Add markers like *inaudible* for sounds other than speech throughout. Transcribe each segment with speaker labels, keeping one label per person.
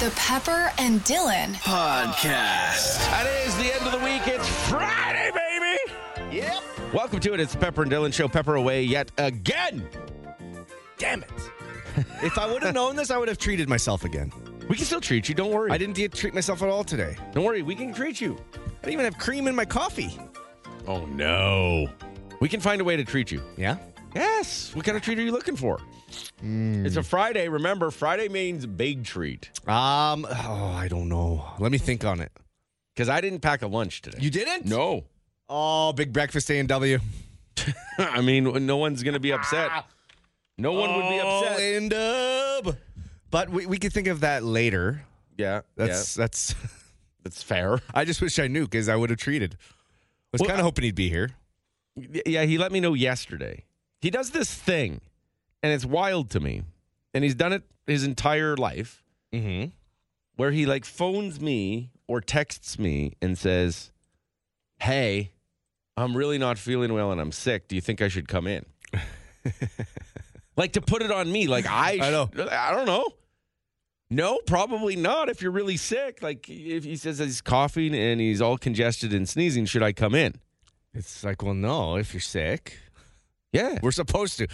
Speaker 1: The Pepper and Dylan
Speaker 2: Podcast.
Speaker 3: That is the end of the week. It's Friday, baby.
Speaker 2: Yep.
Speaker 3: Welcome to it. It's the Pepper and Dylan Show. Pepper away yet again. Damn *laughs* it.
Speaker 2: If I would have known this, I would have treated myself again.
Speaker 3: We can still treat you. Don't worry.
Speaker 2: I didn't get treat myself at all today.
Speaker 3: Don't worry. We can treat you.
Speaker 2: I didn't even have cream in my coffee.
Speaker 3: Oh no. We can find a way to treat you.
Speaker 2: Yeah?
Speaker 3: Yes. What kind of treat are you looking for?
Speaker 2: Hmm.
Speaker 3: It's a Friday. Remember, Friday means big treat.
Speaker 2: Um, oh, I don't know. Let me think on it.
Speaker 3: Because I didn't pack a lunch today.
Speaker 2: You didn't?
Speaker 3: no.
Speaker 2: Oh, big breakfast A and W.
Speaker 3: *laughs* I mean, no one's gonna be upset. *laughs* Oh, No one would be upset.
Speaker 2: and Oh, up. But we, we could think of that later.
Speaker 3: Yeah,
Speaker 2: That's that's *laughs*
Speaker 3: yeah, that's *laughs* fair.
Speaker 2: I just wish I knew because I would have treated. I was
Speaker 3: Well,
Speaker 2: kind
Speaker 3: I-
Speaker 2: of hoping he'd be here.
Speaker 3: Y- Yeah, he let me know yesterday. He does this thing, and it's wild to me. And he's done it his entire life,
Speaker 2: Mm-hmm.
Speaker 3: where he like phones me or texts me and says, "Hey, I'm really not feeling well and I'm sick. Do you think I should come
Speaker 2: *laughs*
Speaker 3: in?" like to put it on me, like I,
Speaker 2: I know.
Speaker 3: sh- I don't know. No, probably not. If you're really sick, like if he says that he's coughing and he's all congested and sneezing, should I come in?
Speaker 2: It's like, well, no, if
Speaker 3: *laughs*
Speaker 2: you're sick.
Speaker 3: Yeah,
Speaker 2: We're supposed to.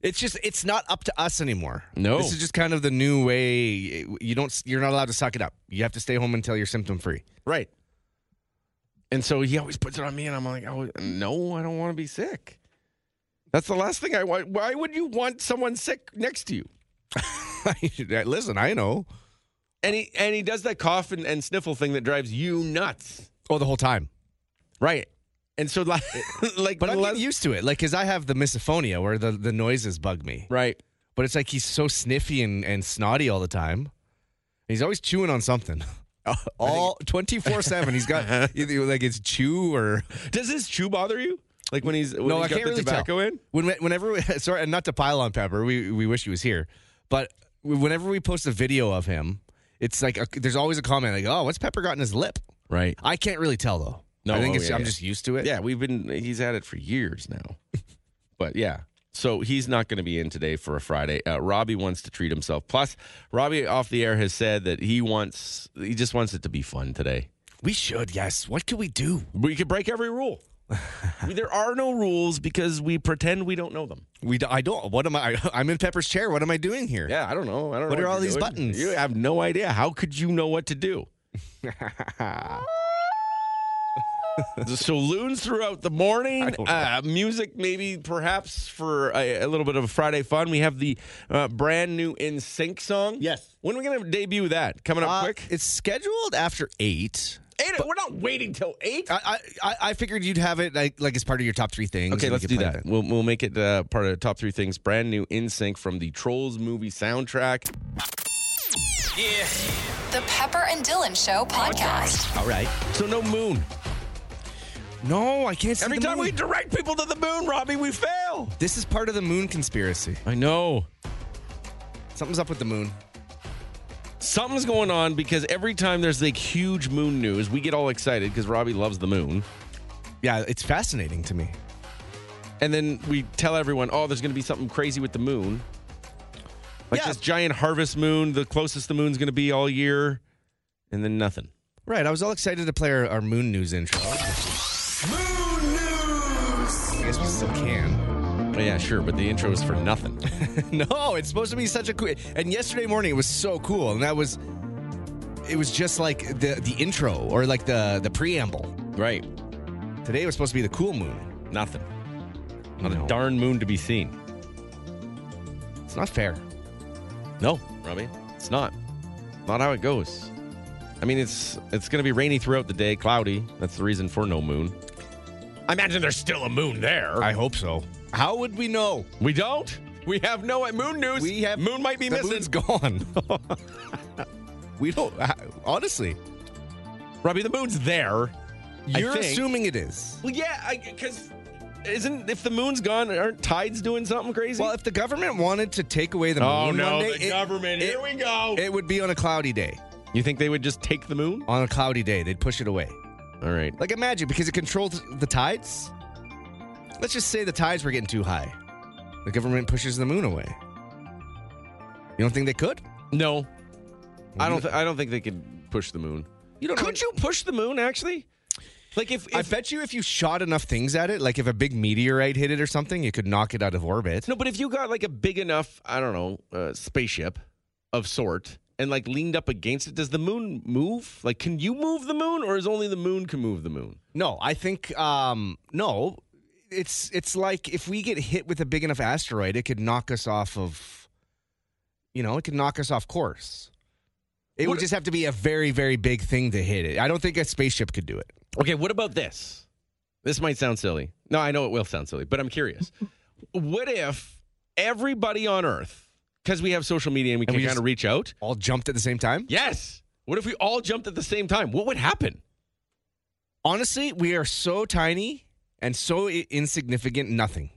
Speaker 2: It's just it's not up to us anymore.
Speaker 3: No.
Speaker 2: This is just kind of the new way you don't you're not allowed to suck it up. You have to stay home until you're symptom free. *laughs*
Speaker 3: Right. And so he always puts it on me, and I'm like, oh, no, I don't want to be sick. That's the last thing I want. Why would you want someone sick next to you?
Speaker 2: Listen, I know.
Speaker 3: And he and he does that cough and, and sniffle thing that drives you nuts.
Speaker 2: Oh, the whole time.
Speaker 3: Right. And so *laughs* like, like
Speaker 2: But I'm
Speaker 3: unless-
Speaker 2: getting used to it. Like cuz I have the misophonia where the the noises bug me.
Speaker 3: right.
Speaker 2: But it's like he's so sniffy and, and snotty all the time. He's always chewing
Speaker 3: *laughs*
Speaker 2: on something.
Speaker 3: Uh,
Speaker 2: All 24/7. He's *laughs* got either like it's chew or
Speaker 3: Does his chew bother you? Like when he's when
Speaker 2: no,
Speaker 3: he's
Speaker 2: I
Speaker 3: got
Speaker 2: can't
Speaker 3: the
Speaker 2: really
Speaker 3: tobacco
Speaker 2: tell.
Speaker 3: in?
Speaker 2: When, whenever, we, *laughs* sorry, and not to pile on Pepper, we we wish he was here, but whenever we post a video of him, it's like a, there's always a comment like, "Oh, what's Pepper got in his lip?"
Speaker 3: Right.
Speaker 2: I can't really tell though.
Speaker 3: No,
Speaker 2: I think
Speaker 3: oh,
Speaker 2: it's,
Speaker 3: yeah,
Speaker 2: I'm
Speaker 3: yeah.
Speaker 2: just used to it.
Speaker 3: Yeah, we've been he's at it for years now. *laughs* but yeah. So he's not going to be in today for a Friday. Uh, Robbie wants to treat himself. Plus, Robbie off the air has said that he wants he just wants it to be fun today.
Speaker 2: we should. Yes. What can we do?
Speaker 3: We could break every rule. *laughs* there are no rules because we pretend we don't know them.
Speaker 2: We do, I don't. What am I? *laughs* I'm in Pepper's chair. What am I doing here?
Speaker 3: Yeah, I don't know. I don't know.
Speaker 2: What are
Speaker 3: you're
Speaker 2: all these
Speaker 3: doing.
Speaker 2: buttons?
Speaker 3: You have no idea. How could you know what to do? *laughs* so loons throughout the morning, uh, music maybe perhaps for a, a little bit of a Friday fun. We have the uh, brand new In Sync song.
Speaker 2: Yes.
Speaker 3: When are we going to debut that? Coming up
Speaker 2: Uh,
Speaker 3: quick.
Speaker 2: It's scheduled after eight.
Speaker 3: Eight, we're not waiting till eight.
Speaker 2: I, I I- I figured you'd have it like like as part of your top three things.
Speaker 3: Okay,
Speaker 2: and we
Speaker 3: let's
Speaker 2: could
Speaker 3: do
Speaker 2: play
Speaker 3: that. We'll, we'll make it uh, part of the top three things. Brand new In Sync from the Trolls movie soundtrack.
Speaker 1: The Pepper and Dylan Show Podcast.
Speaker 2: All right.
Speaker 3: So no moon.
Speaker 2: No, I can't. See
Speaker 3: Every
Speaker 2: the
Speaker 3: time
Speaker 2: moon.
Speaker 3: we direct people to the moon, Robbie, we fail.
Speaker 2: This is part of the moon conspiracy.
Speaker 3: I know.
Speaker 2: Something's up with the moon.
Speaker 3: Something's going on because every time there's like huge moon news, we get all excited because Robbie loves the moon.
Speaker 2: Yeah, it's fascinating to me.
Speaker 3: And then we tell everyone, oh, there's going to be something crazy with the moon. Like
Speaker 2: Yeah.
Speaker 3: this giant harvest moon, the closest the moon's going to be all year. And then nothing.
Speaker 2: Right, I was all excited to play our, our moon news intro. Moon news. I guess we still can.
Speaker 3: Oh, yeah, sure. But the intro is for nothing. *laughs*
Speaker 2: *laughs* no, it's supposed to be such a cool. And yesterday morning it was so cool, and that was, it was just like the the intro or like the the preamble.
Speaker 3: right.
Speaker 2: Today was supposed to be the cool moon.
Speaker 3: Nothing.
Speaker 2: Not a dark.
Speaker 3: Darn moon to be seen.
Speaker 2: It's not fair.
Speaker 3: No, Robbie, it's not. Not how it goes. I mean, it's it's going to be rainy throughout the day, cloudy. That's the reason for no moon. I imagine there's still a moon there.
Speaker 2: I hope so. How would we know?
Speaker 3: we don't. We have no moon news.
Speaker 2: We have
Speaker 3: moon might be
Speaker 2: the
Speaker 3: missing.
Speaker 2: moon's gone. *laughs* we don't. Honestly,
Speaker 3: Robbie, the moon's there.
Speaker 2: you're
Speaker 3: think-
Speaker 2: assuming it is.
Speaker 3: Well, yeah, because isn't if the moon's gone, aren't tides doing something crazy?
Speaker 2: Well, if the government wanted to take away the moon
Speaker 3: oh no,
Speaker 2: one day,
Speaker 3: the
Speaker 2: it,
Speaker 3: government.
Speaker 2: it-
Speaker 3: Here we go.
Speaker 2: it would be on a cloudy day.
Speaker 3: you think they would just take the moon?
Speaker 2: On a cloudy day, they'd push it away.
Speaker 3: All right.
Speaker 2: Like imagine because it controls the tides. Let's just say the tides were getting too high. The government pushes the moon away. You don't think they could?
Speaker 3: No, I don't. Th- I don't think they could push the moon. You don't. Could you push the moon? Actually, like if, if
Speaker 2: I bet you if you shot enough things at it, like if a big meteorite hit it or something, you could knock it out of orbit.
Speaker 3: No, but if you got like a big enough, I don't know, uh, spaceship of sort, and like leaned up against it, does the moon move? Like, can you move the moon, or is only the moon can move the moon?
Speaker 2: No, I think um no. It's it's like if we get hit with a big enough asteroid, it could knock us off of you know, it could knock us off course. It
Speaker 3: What-
Speaker 2: would just have to be a very, very big thing to hit it. I don't think a spaceship could do it.
Speaker 3: Okay, what about this? This might sound silly. No, I know it will sound silly, but I'm
Speaker 2: *laughs*
Speaker 3: curious. what if everybody on Earth, because we have social media and we can
Speaker 2: we
Speaker 3: kind
Speaker 2: just-
Speaker 3: of reach out?
Speaker 2: All jumped at the same time?
Speaker 3: Yes. What if we all jumped at the same time? What would happen?
Speaker 2: honestly, we are so tiny and so I- insignificant. Nothing.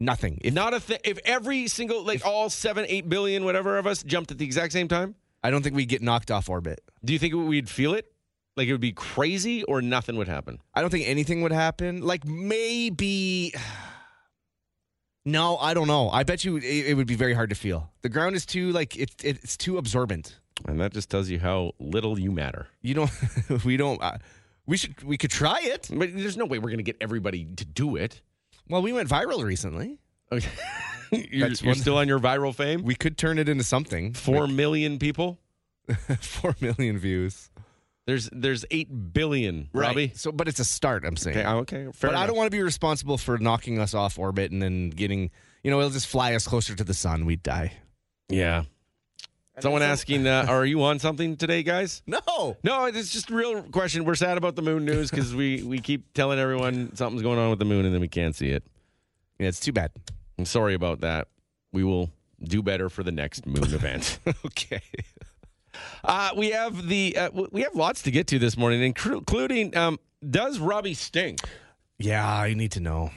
Speaker 2: Nothing. If,
Speaker 3: Not a thing. If every single, like all seven, eight billion, whatever of us jumped at the exact same time,
Speaker 2: I don't think we get knocked off orbit.
Speaker 3: do you think we'd feel it? Like it would be crazy, or nothing would happen.
Speaker 2: I don't think anything would happen. Like maybe. *sighs* No, I don't know. I bet you it, it would be very hard to feel. The ground is too like it, it, it's too absorbent.
Speaker 3: And that just tells you how little you matter.
Speaker 2: You don't. *laughs* we don't. Uh, we should. We could try it.
Speaker 3: But there's no way we're going to get everybody to do it.
Speaker 2: Well, we went viral recently.
Speaker 3: Okay. *laughs* you're,
Speaker 2: That's
Speaker 3: you're
Speaker 2: one-
Speaker 3: still on your viral fame.
Speaker 2: We could turn it into something. *laughs*
Speaker 3: Four million people.
Speaker 2: Four million views.
Speaker 3: There's there's eight billion. Robbie.
Speaker 2: So, but it's a start. I'm saying.
Speaker 3: Okay. I'm okay. Fair
Speaker 2: but I
Speaker 3: enough.
Speaker 2: don't want to be responsible for knocking us off orbit and then getting, you know, it'll just fly us closer to the sun. We'd die.
Speaker 3: Yeah. Someone asking, uh, are you on something today, guys?
Speaker 2: No.
Speaker 3: No, it's just a real question. We're sad about the moon news because we, we keep telling everyone something's going on with the moon and then we can't see it.
Speaker 2: Yeah, it's too bad. *laughs*
Speaker 3: I'm sorry about that. We will do better for the next moon
Speaker 2: *laughs*
Speaker 3: event.
Speaker 2: okay.
Speaker 3: Uh, we have the uh, w- we have lots to get to this morning, inclu- including um, does Robbie stink?
Speaker 2: Yeah, I need to know.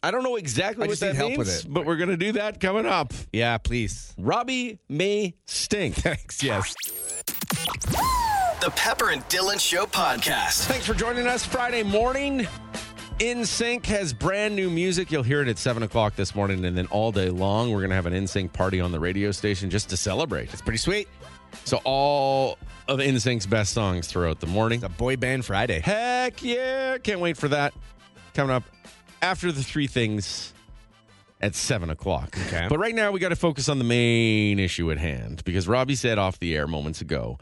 Speaker 3: I don't know exactly
Speaker 2: I
Speaker 3: what
Speaker 2: just
Speaker 3: that
Speaker 2: need help
Speaker 3: means,
Speaker 2: with it.
Speaker 3: but we're gonna do that coming up.
Speaker 2: Yeah, please.
Speaker 3: Robbie may stink.
Speaker 2: Thanks. Yes.
Speaker 4: The Pepper and Dylan Show podcast.
Speaker 3: Thanks for joining us Friday morning. In Sync has brand new music. You'll hear it at seven o'clock this morning, and then all day long, we're gonna have an In Sync party on the radio station just to celebrate.
Speaker 2: It's pretty sweet.
Speaker 3: So all of In Sync's best songs throughout the morning.
Speaker 2: It's a boy band Friday.
Speaker 3: Heck yeah. Can't wait for that. Coming up after the three things at seven o'clock.
Speaker 2: Okay.
Speaker 3: But right now, we got to focus on the main issue at hand because Robbie said off the air moments ago,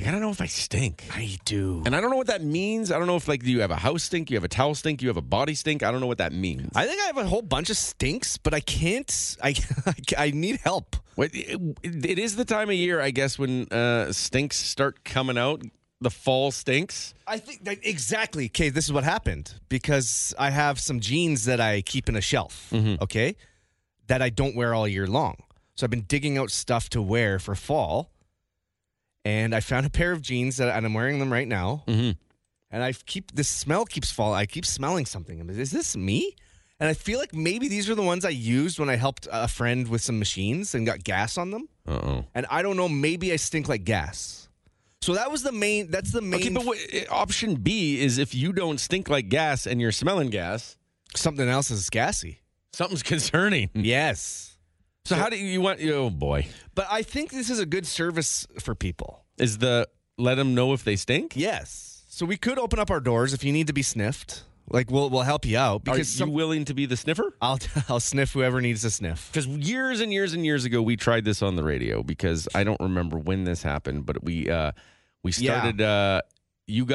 Speaker 3: I got to know if I stink.
Speaker 2: I do.
Speaker 3: And I don't know what that means. I don't know if, like, do you have a house stink? You have a towel stink? You have a body stink? I don't know what that means.
Speaker 2: I think I have a whole bunch of stinks, but I can't. I *laughs* I, need help.
Speaker 3: What- it- it is the time of year, I guess, when uh, stinks start coming out, the fall stinks.
Speaker 2: I think that exactly. Okay, this is what happened because I have some jeans that I keep in a shelf.
Speaker 3: Mm-hmm.
Speaker 2: Okay, that I don't wear all year long. So I've been digging out stuff to wear for fall, and I found a pair of jeans that, and I'm wearing them right now.
Speaker 3: Mhm.
Speaker 2: And I keep this smell keeps falling. I keep smelling something. I'm like, Is this me? And I feel like maybe these are the ones I used when I helped a friend with some machines and got gas on them.
Speaker 3: Uh oh.
Speaker 2: And I don't know. Maybe I stink like gas. So that was the main. That's the main.
Speaker 3: Okay, but what, uh, option B is if you don't stink like gas and you're smelling gas,
Speaker 2: something else is gassy.
Speaker 3: something's *laughs* concerning.
Speaker 2: Mm-hmm. Yes.
Speaker 3: So how do you, you want? Oh boy,
Speaker 2: But I think this is a good service for people.
Speaker 3: is the let them know if they stink?
Speaker 2: Yes. So we could open up our doors if you need to be sniffed. Like we'll we'll help you
Speaker 3: Are
Speaker 2: out because
Speaker 3: you
Speaker 2: some,
Speaker 3: willing to be the sniffer?
Speaker 2: I'll *laughs* I'll sniff whoever needs to sniff.
Speaker 3: Because years and years and years ago, we tried this on the radio because I don't remember when this happened, but we uh, we
Speaker 2: Yeah.
Speaker 3: started uh,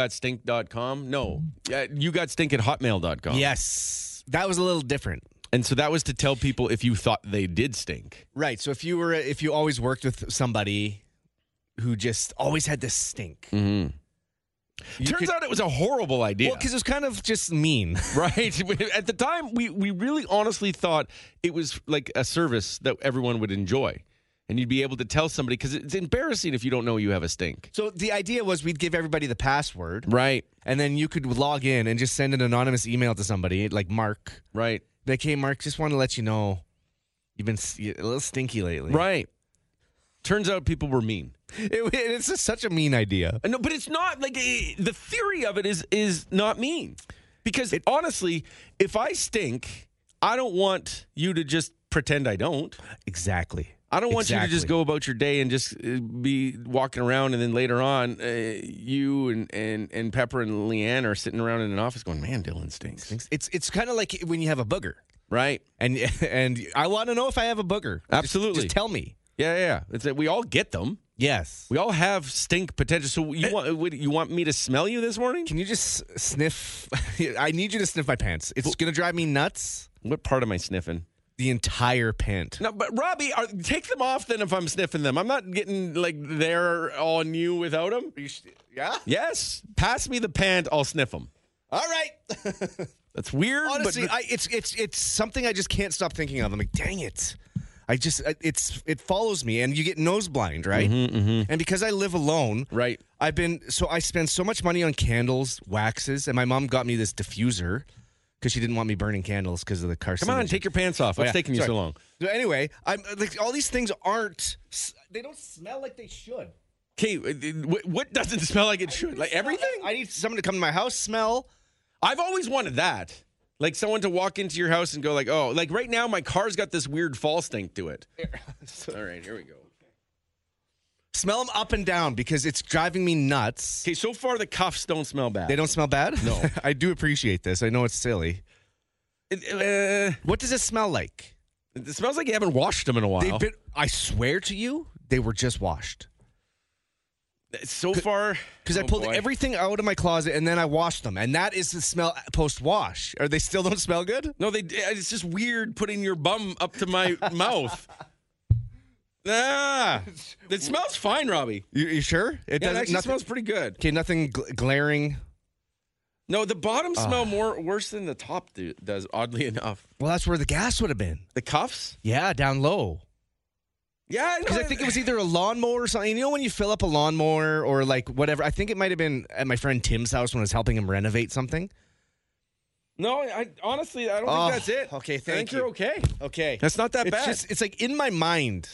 Speaker 3: yougotstink.com. No, uh, you got stink at hotmail.com.
Speaker 2: Yes. That was a little different.
Speaker 3: and so that was to tell people if you thought they did stink.
Speaker 2: Right. So if you were if you always worked with somebody who just always had this stink.
Speaker 3: Mm-hmm.
Speaker 2: you
Speaker 3: Turns
Speaker 2: could-
Speaker 3: out it was a horrible idea.
Speaker 2: Well, because it was kind of just mean. *laughs*
Speaker 3: Right. *laughs* At the time, we, we really honestly thought it was like a service that everyone would enjoy. And you'd be able to tell somebody because it's embarrassing if you don't know you have a stink.
Speaker 2: So the idea was we'd give everybody the password,
Speaker 3: Right.
Speaker 2: and then you could log in and just send an anonymous email to somebody like Mark,
Speaker 3: Right.
Speaker 2: like, hey, Mark, just want to let you know you've been s- you're a little stinky lately.
Speaker 3: Right. Turns out people were mean. Uh,
Speaker 2: It- it's just such a mean idea.
Speaker 3: No, but it's not like eh, the theory of it is is not mean. Because honestly, if I stink, I don't want you to just pretend I don't.
Speaker 2: Exactly.
Speaker 3: I don't want you to just
Speaker 2: Exactly.
Speaker 3: go about your day and just uh, be walking around, and then later on, uh, you and, and and Pepper and Leanne are sitting around in an office going, "Man, Dylan stinks."
Speaker 2: It's it's kind of like when you have a booger,
Speaker 3: Right?
Speaker 2: and *laughs* and I want to know if I have a booger. Just-
Speaker 3: Absolutely.
Speaker 2: just tell me.
Speaker 3: Yeah, yeah, yeah. It's that we all get them.
Speaker 2: Yes.
Speaker 3: We all have stink potential. So you want what, you want me to smell you this morning?
Speaker 2: Eh. Can you just sniff? *laughs* I need you to sniff my pants. It's gonna drive me nuts.
Speaker 3: What part am I sniffing?
Speaker 2: The entire pant.
Speaker 3: No, but Robbie, are, take them off then. If I'm sniffing them, I'm not getting like they're on you without them.
Speaker 2: Yeah.
Speaker 3: Yes, pass me the pant. I'll sniff them.
Speaker 2: All right.
Speaker 3: That's weird. but-
Speaker 2: Honestly,
Speaker 3: but,
Speaker 2: I, it's it's it's something I just can't stop thinking of. I'm like, dang it. I just I- it's it follows me, and you get nose blind, right?
Speaker 3: Mm-hmm,
Speaker 2: And because I live alone,
Speaker 3: right.
Speaker 2: I've been so I spend so much money on candles, waxes, and my mom got me this diffuser because she didn't want me burning candles because of the carcinogen.
Speaker 3: Come on, take your pants off.
Speaker 2: Oh,
Speaker 3: What's
Speaker 2: yeah.
Speaker 3: taking you so
Speaker 2: Sorry.
Speaker 3: long?
Speaker 2: So anyway, I'm like all these things aren't s- they don't smell like they should.
Speaker 3: Okay, uh, what doesn't *laughs* smell like it should? Like everything?
Speaker 2: I need someone to come to my house, smell.
Speaker 3: I've always wanted that. Like someone to walk into your house and go like, oh, like right now my car's got this weird fall stink to it. All right, here we go.
Speaker 2: Smell them up and down because it's driving me nuts.
Speaker 3: Okay, so far the cuffs don't smell bad.
Speaker 2: They don't smell bad?
Speaker 3: No.
Speaker 2: *laughs* I do appreciate this. I know it's silly.
Speaker 3: It, uh,
Speaker 2: What does it smell like?
Speaker 3: it smells like you haven't washed them in a
Speaker 2: They've
Speaker 3: while.
Speaker 2: been, I swear to you, they were just washed.
Speaker 3: so far,
Speaker 2: Because I
Speaker 3: oh,
Speaker 2: pulled
Speaker 3: boy.
Speaker 2: everything out of my closet and then I washed them. And that is the smell post wash. Are they still don't smell good?
Speaker 3: No, they. eh, It's just weird putting your bum up to *laughs* my mouth. *laughs* Ah, it smells fine, Robbie.
Speaker 2: You, you sure? It
Speaker 3: Yeah, it actually
Speaker 2: nothing,
Speaker 3: smells pretty good.
Speaker 2: Okay, nothing gl- glaring.
Speaker 3: No, the bottom smell more worse than the top do, does. Oddly enough,
Speaker 2: Well, that's where the gas would have been.
Speaker 3: the cuffs.
Speaker 2: Yeah, down low.
Speaker 3: Yeah,
Speaker 2: Because I think it was either a lawnmower or something. You know when you fill up a lawnmower or like whatever. I think it might have been at my friend Tim's house when I was helping him renovate something.
Speaker 3: No, I honestly, I don't
Speaker 2: Oh,
Speaker 3: think that's it.
Speaker 2: okay,
Speaker 3: I
Speaker 2: thank
Speaker 3: think are
Speaker 2: you.
Speaker 3: okay.
Speaker 2: Okay,
Speaker 3: That's not that
Speaker 2: it's
Speaker 3: bad.
Speaker 2: Just, it's like in my mind,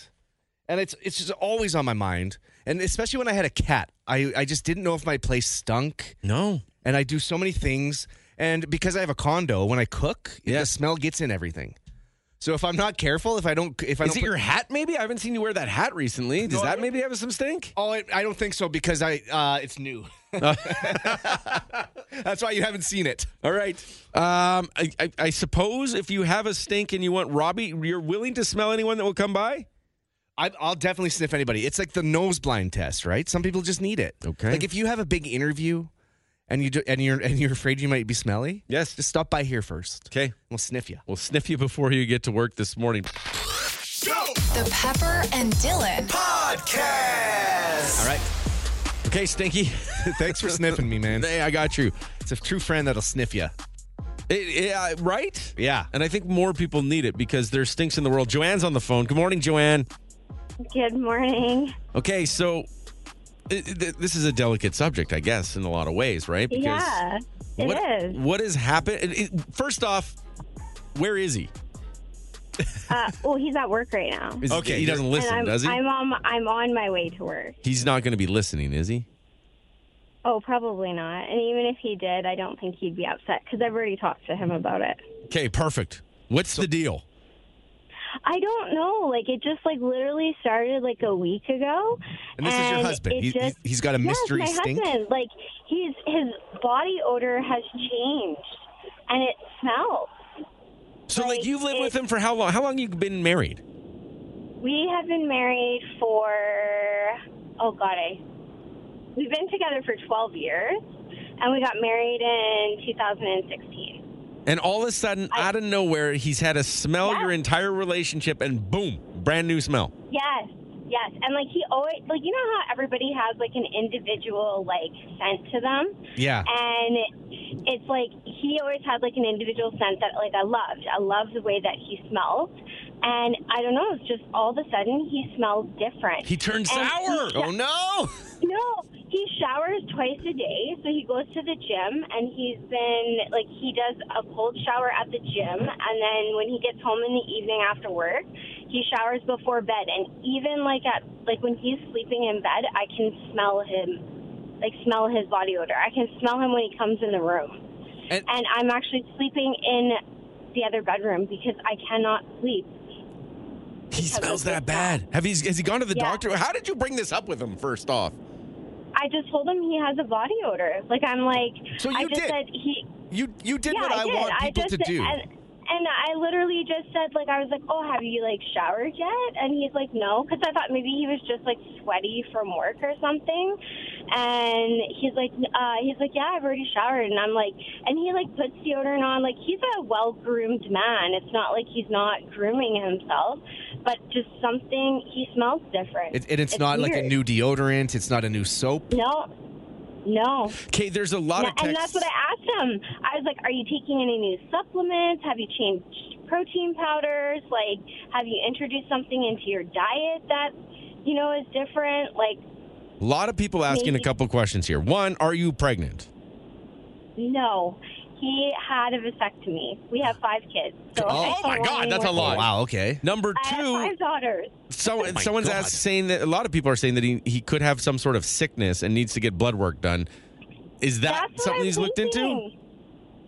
Speaker 2: and it's it's just always on my mind. And especially when I had a cat, I I just didn't know if my place stunk.
Speaker 3: No,
Speaker 2: And I do so many things, and because I have a condo, when I cook,
Speaker 3: Yeah.
Speaker 2: the smell gets in everything. So if I'm not careful, if I don't, if I
Speaker 3: is
Speaker 2: don't
Speaker 3: it
Speaker 2: put-
Speaker 3: your hat? Maybe I haven't seen you wear that hat recently. Does that maybe have some stink?
Speaker 2: *laughs* Oh, I, I don't think so because I uh, it's new. *laughs* That's why you haven't seen it.
Speaker 3: All right. Um, I, I, I suppose if you have a stink and you want Robbie, you're willing to smell anyone that will come by.
Speaker 2: I, I'll definitely sniff anybody. It's like the nose blind test, right? Some people just need it.
Speaker 3: Okay.
Speaker 2: Like if you have a big interview, and you do, and you're and you're afraid you might be smelly.
Speaker 3: Yes.
Speaker 2: Just stop by here first.
Speaker 3: Okay.
Speaker 2: We'll sniff you.
Speaker 3: We'll sniff you before you get to work this morning.
Speaker 1: The Pepper and Dylan
Speaker 4: Podcast.
Speaker 2: All right.
Speaker 3: Okay, Stinky.
Speaker 2: *laughs* Thanks for sniffing me, man.
Speaker 3: hey, I got you.
Speaker 2: It's a true friend that'll sniff you.
Speaker 3: It- it, uh, right?
Speaker 2: Yeah.
Speaker 3: And I think more people need it because there's stinks in the world. Joanne's on the phone. Good morning, Joanne.
Speaker 5: Good morning.
Speaker 3: Okay, so it, it- th- this is a delicate subject, I guess, in a lot of ways, right?
Speaker 5: yeah, it is.
Speaker 3: what, What has happened? it- it- first off, where is he?
Speaker 5: Uh, well, he's at work right now.
Speaker 3: Is-
Speaker 2: Okay,
Speaker 3: he doesn't listen,
Speaker 5: and I'm,
Speaker 3: does he?
Speaker 5: I'm on, I'm on my way to work.
Speaker 3: He's not going to be listening, is he?
Speaker 5: Oh, probably not. And even if he did, I don't think he'd be upset because I've already talked to him about it.
Speaker 3: Okay, perfect. What's the deal?
Speaker 5: I don't know. Like, it just, like, literally started, like, a week ago.
Speaker 2: And this is your husband.
Speaker 5: it
Speaker 2: He,
Speaker 5: just-
Speaker 2: he's got a
Speaker 5: Yes,
Speaker 2: mystery
Speaker 5: my
Speaker 2: stink.
Speaker 5: husband. Like, he's, his body odor has changed, and it smells.
Speaker 3: So, like,
Speaker 5: Like,
Speaker 3: you've lived with
Speaker 5: it-
Speaker 3: him for how long? How long you been married?
Speaker 5: We have been married for oh god, I we've been together for 12 years, and we got married in 2016.
Speaker 3: And all of a sudden, out of nowhere, he's had a smell
Speaker 5: Yeah.
Speaker 3: your entire relationship, and boom, brand new smell.
Speaker 5: Yes, yes, and like he always like you know how everybody has like an individual like scent to them,
Speaker 2: Yeah.
Speaker 5: and it, it's like he always had like an individual scent that like I loved. I loved the way that he smelled, and I don't know, it's just all of a sudden he smells different.
Speaker 3: He turned
Speaker 5: And he-
Speaker 3: sour.
Speaker 5: yeah.
Speaker 2: Oh no.
Speaker 5: No, he showers twice a day. So he goes to the gym and he's been like he does a cold shower at the gym and then when he gets home in the evening after work, he showers before bed and even like at like when he's sleeping in bed, I can smell him like smell his body odor. I can smell him when he comes in the room.
Speaker 2: And-
Speaker 5: And, I'm actually sleeping in the other bedroom because I cannot sleep.
Speaker 3: He
Speaker 5: because of
Speaker 3: smells that
Speaker 5: this
Speaker 3: bad. Have he? Has he gone to the
Speaker 5: Yeah.
Speaker 3: doctor? How did you bring this up with him? First off,
Speaker 5: I just told him he has a body odor. Like I'm like
Speaker 2: So
Speaker 5: I
Speaker 2: you
Speaker 5: just
Speaker 2: did.
Speaker 5: said he
Speaker 2: You you did
Speaker 5: yeah,
Speaker 2: what
Speaker 5: I,
Speaker 2: I,
Speaker 5: did.
Speaker 2: want
Speaker 5: I
Speaker 2: people
Speaker 5: just, uh,
Speaker 2: to do.
Speaker 5: And, and I literally just said like I was like, "Oh, have you like showered yet?" And he's like, "No," cuz I thought maybe he was just like sweaty from work or something. And he's like uh he's like, "Yeah, I've already showered." And I'm like, and he like puts deodorant on. Like he's a well-groomed man. It's not like he's not grooming himself, but just something he smells different.
Speaker 2: It- and it's, not like a
Speaker 5: weird.
Speaker 2: new deodorant. It's not a new soap.
Speaker 5: No. No.
Speaker 3: okay. There's a lot
Speaker 5: Yeah,
Speaker 3: of texts.
Speaker 5: And that's what I asked him. I was like, "Are you taking any new supplements? Have you changed protein powders? Like, have you introduced something into your diet that, you know, is different? Like,
Speaker 3: A lot of people asking a
Speaker 5: Maybe.
Speaker 3: couple questions here. One, are you pregnant?
Speaker 5: no." He had a vasectomy. We have five kids. So
Speaker 3: Oh,
Speaker 5: I
Speaker 3: oh my
Speaker 5: don't
Speaker 3: God,
Speaker 5: really
Speaker 3: that's a
Speaker 5: work-
Speaker 3: lot.
Speaker 2: Oh, wow. Okay.
Speaker 3: Number
Speaker 5: Uh, I have
Speaker 3: two,
Speaker 5: five daughters.
Speaker 3: so,
Speaker 2: Oh my
Speaker 3: someone's
Speaker 2: God.
Speaker 3: asked saying that a lot of people are saying that he, he could have some sort of sickness and needs to get blood work done. Is that
Speaker 5: That's what
Speaker 3: something
Speaker 5: I'm
Speaker 3: he's looked into?
Speaker 5: thinking.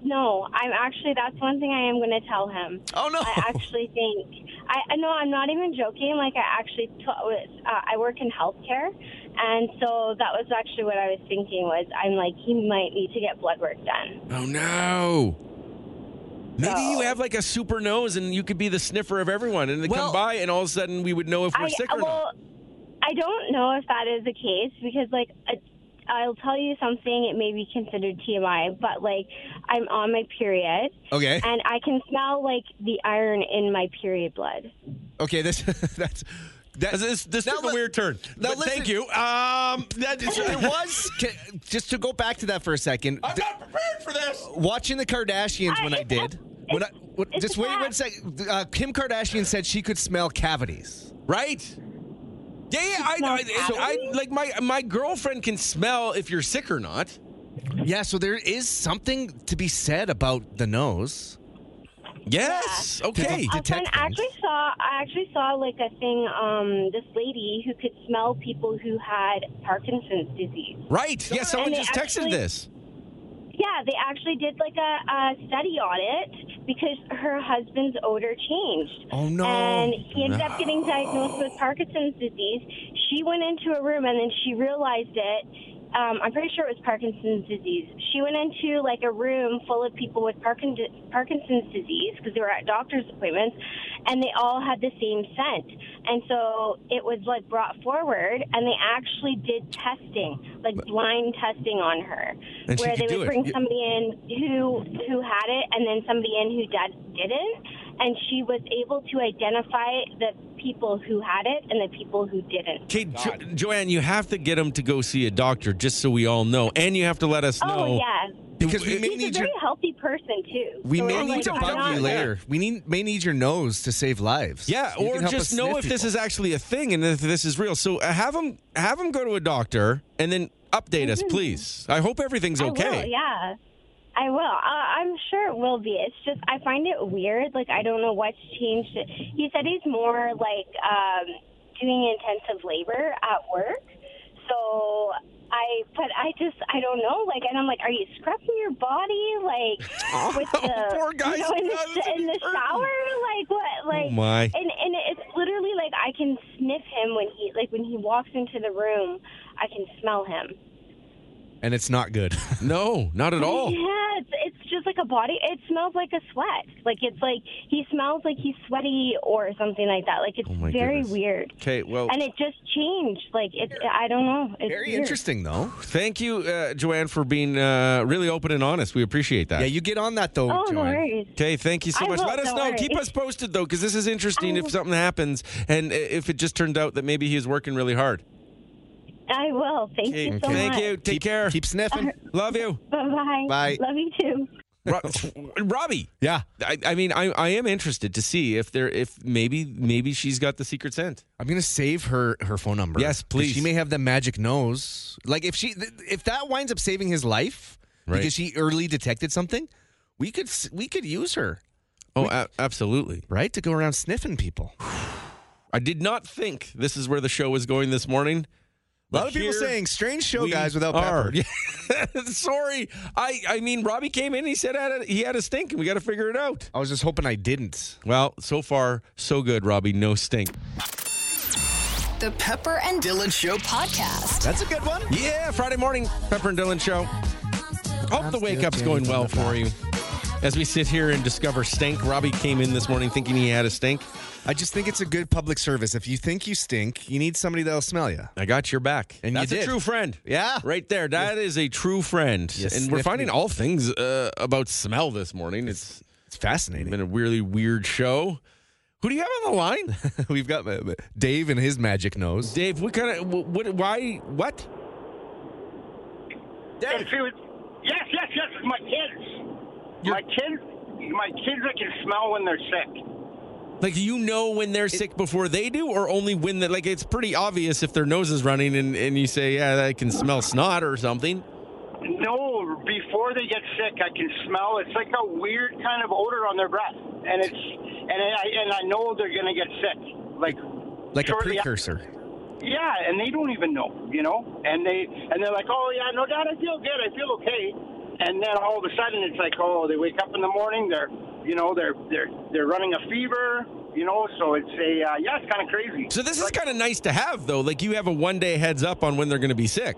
Speaker 5: No, I'm actually. That's one thing I am going to tell him.
Speaker 3: Oh no!
Speaker 5: I
Speaker 3: *laughs*
Speaker 5: actually think I I know I'm not even joking. Like I actually t- was, uh, I work in healthcare, and so that was actually what I was thinking was I'm like he might need to get blood work done.
Speaker 3: Oh no! Maybe you
Speaker 5: No.
Speaker 3: have like a super nose and you could be the sniffer of everyone, and they
Speaker 2: Well-
Speaker 3: come by, and all of a sudden we would know if we're
Speaker 5: I
Speaker 3: sick or not.
Speaker 5: well, I don't know if that is the case because like I, I'll tell you something. It may be considered TMI, but like I'm on my period,
Speaker 2: Okay.
Speaker 5: and I can smell like the iron in my period blood.
Speaker 2: Okay. This *laughs* that's that.
Speaker 3: This, this
Speaker 2: Now
Speaker 3: took a
Speaker 2: let-
Speaker 3: weird turn.
Speaker 2: now
Speaker 3: but thank
Speaker 2: listen-
Speaker 3: you. Um, that is,
Speaker 2: It was ca- just to go back to that for a second.
Speaker 3: I'm
Speaker 2: th-
Speaker 3: not prepared for this.
Speaker 2: watching the Kardashians
Speaker 5: I-
Speaker 2: when I
Speaker 5: it's
Speaker 2: did.
Speaker 5: a-
Speaker 2: When I
Speaker 5: it's-
Speaker 2: when,
Speaker 5: it's
Speaker 2: just
Speaker 5: a
Speaker 2: wait one
Speaker 5: fact.
Speaker 2: second. Uh, Kim Kardashian said she could smell cavities.
Speaker 3: Right? Yeah, yeah. I, I,
Speaker 5: smells
Speaker 3: I,
Speaker 5: happy.
Speaker 3: like my my girlfriend can smell if you're sick or not.
Speaker 2: Yeah. So there is something to be said about the nose.
Speaker 3: Yes. Okay.
Speaker 5: Uh,
Speaker 2: detect
Speaker 5: friend, I actually saw I actually saw like a thing. Um, this lady who could smell people who had Parkinson's disease.
Speaker 3: Right. Yeah. Someone
Speaker 5: And they
Speaker 3: just texted
Speaker 5: actually-
Speaker 3: this.
Speaker 5: Yeah, they actually did like a, a study on it because her husband's odor changed.
Speaker 2: Oh, no.
Speaker 5: And he ended up getting diagnosed with Parkinson's disease. She went into a room and then she realized it. Um, I'm pretty sure it was Parkinson's disease. She went into like a room full of people with Parkin- Parkinson's disease because they were at doctor's appointments, and they all had the same scent. And so it was like brought forward, and they actually did testing, like blind testing on her,
Speaker 3: And she
Speaker 5: where
Speaker 3: could
Speaker 5: they
Speaker 3: do
Speaker 5: would
Speaker 3: it.
Speaker 5: bring
Speaker 3: Yeah.
Speaker 5: somebody in who who had it and then somebody in who did, didn't and she was able to identify the people who had it and the people who didn't
Speaker 3: Okay, jo- Joanne, you have to get him to go see a doctor just so we all know, and you have to let us know.
Speaker 5: oh yeah
Speaker 2: Because we
Speaker 3: It-
Speaker 2: may
Speaker 5: he's a
Speaker 2: need
Speaker 5: very
Speaker 2: your
Speaker 5: healthy person too
Speaker 2: we
Speaker 5: So
Speaker 2: may
Speaker 5: I'm
Speaker 2: need
Speaker 5: like,
Speaker 2: to
Speaker 5: I'm
Speaker 2: bug
Speaker 5: not-
Speaker 2: you later. We need may need your nose to save lives.
Speaker 3: Yeah,
Speaker 2: You
Speaker 3: or
Speaker 2: can help
Speaker 3: just
Speaker 2: us
Speaker 3: know if
Speaker 2: sniff
Speaker 3: this
Speaker 2: people.
Speaker 3: is actually a thing and if this is real. So uh, have him have him go to a doctor and then update us, please. I hope everything's
Speaker 5: Mm-hmm. I
Speaker 3: okay.
Speaker 5: will, yeah I will. I, I'm sure it will be. It's just I find it weird. Like I don't know what's changed. He said he's more like um, doing intensive labor at work. So I, but I just I don't know. Like, and I'm like, are you scrubbing your body?
Speaker 3: *laughs*
Speaker 5: Like with the
Speaker 3: poor guy's
Speaker 5: you know, in
Speaker 3: nose
Speaker 5: the,
Speaker 3: is
Speaker 5: in the
Speaker 3: hurting. Oh
Speaker 5: shower? Like what? Like
Speaker 3: my.
Speaker 5: And and it's literally like I can sniff him when he like when he walks into the room. I can smell him.
Speaker 2: and it's not
Speaker 3: *laughs*
Speaker 2: good.
Speaker 3: No, not at all.
Speaker 5: *laughs* Yeah, it's, it's just like a body. It smells like a sweat. Like it's like he smells like he's sweaty or something like that. Like it's
Speaker 3: Oh, my
Speaker 5: very
Speaker 3: goodness. Oh.
Speaker 5: weird.
Speaker 3: Okay, well,
Speaker 5: And it just changed. Like it's I don't know. It's
Speaker 2: Very
Speaker 5: weird.
Speaker 2: interesting though.
Speaker 3: thank you, uh, Joanne, for being uh, really open and honest. We appreciate that.
Speaker 2: Yeah, you get on that though,
Speaker 5: Oh no
Speaker 2: Joanne.
Speaker 5: worries.
Speaker 3: Okay, thank you so
Speaker 5: I
Speaker 3: much.
Speaker 5: will,
Speaker 3: Let us
Speaker 5: don't
Speaker 3: know.
Speaker 5: worry.
Speaker 3: Keep us posted though, because this is interesting. If something happens, and i- if it just turned out that maybe he is working really hard.
Speaker 5: I will. Thank you so
Speaker 3: thank
Speaker 5: much.
Speaker 3: you. Take
Speaker 2: Keep-
Speaker 3: care.
Speaker 2: Keep
Speaker 5: *laughs*
Speaker 2: sniffing.
Speaker 3: Love
Speaker 2: *laughs*
Speaker 3: you,
Speaker 5: Bye bye.
Speaker 2: Bye.
Speaker 5: Love you too.
Speaker 3: Ro- Robbie.
Speaker 2: Yeah.
Speaker 3: I, I mean, I, I am interested to see if there, if maybe, maybe she's got the secret scent.
Speaker 2: I'm gonna save her her phone number.
Speaker 3: Yes,
Speaker 2: 'Cause
Speaker 3: please.
Speaker 2: She may have the magic nose. Like if she th- if that winds up saving his life
Speaker 3: Right.
Speaker 2: because she early detected something, we could s- we could use her
Speaker 3: Oh, a- absolutely.
Speaker 2: right to go around sniffing people.
Speaker 3: I did not think this is where the show was going this morning,
Speaker 2: A lot of people saying strange show guys without pepper.
Speaker 3: pepper. *laughs* Sorry, I I mean Robbie came in. He said had a, he had a stink, and we got to figure it out.
Speaker 2: I was just hoping I didn't.
Speaker 3: Well, so far so good, Robbie. No stink.
Speaker 1: The Pepper and Dylan Show podcast.
Speaker 2: That's a good one.
Speaker 3: Yeah, Friday morning, Pepper and Dylan show. Hope the wake up's going well for you. As we sit here and discover stink, Robbie came in this morning thinking he had a stink.
Speaker 2: I just think it's a good public service. If you think you stink, you need somebody that'll smell you.
Speaker 3: I got your back,
Speaker 2: And you
Speaker 3: that's a
Speaker 2: did.
Speaker 3: true friend.
Speaker 2: Yeah.
Speaker 3: right there. That is a true friend.
Speaker 2: You
Speaker 3: and we're
Speaker 2: sniffed
Speaker 3: finding
Speaker 2: me.
Speaker 3: all things uh, about smell this morning. It's
Speaker 2: It's fascinating.
Speaker 3: been a really weird show. Who do you have on the line?
Speaker 2: *laughs* We've got uh, Dave and his magic nose.
Speaker 3: *laughs* Dave, what kind of what, what why what? Dave,
Speaker 6: Confused. Yes, yes, yes. it's My kids. My kids. My kids. I can smell when they're sick.
Speaker 3: like you know when they're sick before they do or only when they like it's pretty obvious if their nose is running and, and you say, Yeah, I can smell snot or something.
Speaker 6: No, before they get sick, I can smell. It's like a weird kind of odor on their breath, and it's and I and I know they're gonna get sick. Like
Speaker 2: Like a
Speaker 6: shortly after-
Speaker 2: precursor.
Speaker 6: yeah, and they don't even know, you know. And they and they're like, oh yeah, no doubt, I feel good, I feel okay. And then all of a sudden, it's like, oh, they wake up in the morning, they're you know they're they're they're running a fever, you know. So it's a uh, yeah, it's kind of crazy.
Speaker 3: So this is kinda nice to have though. Like you have a one day heads up on when they're gonna be sick.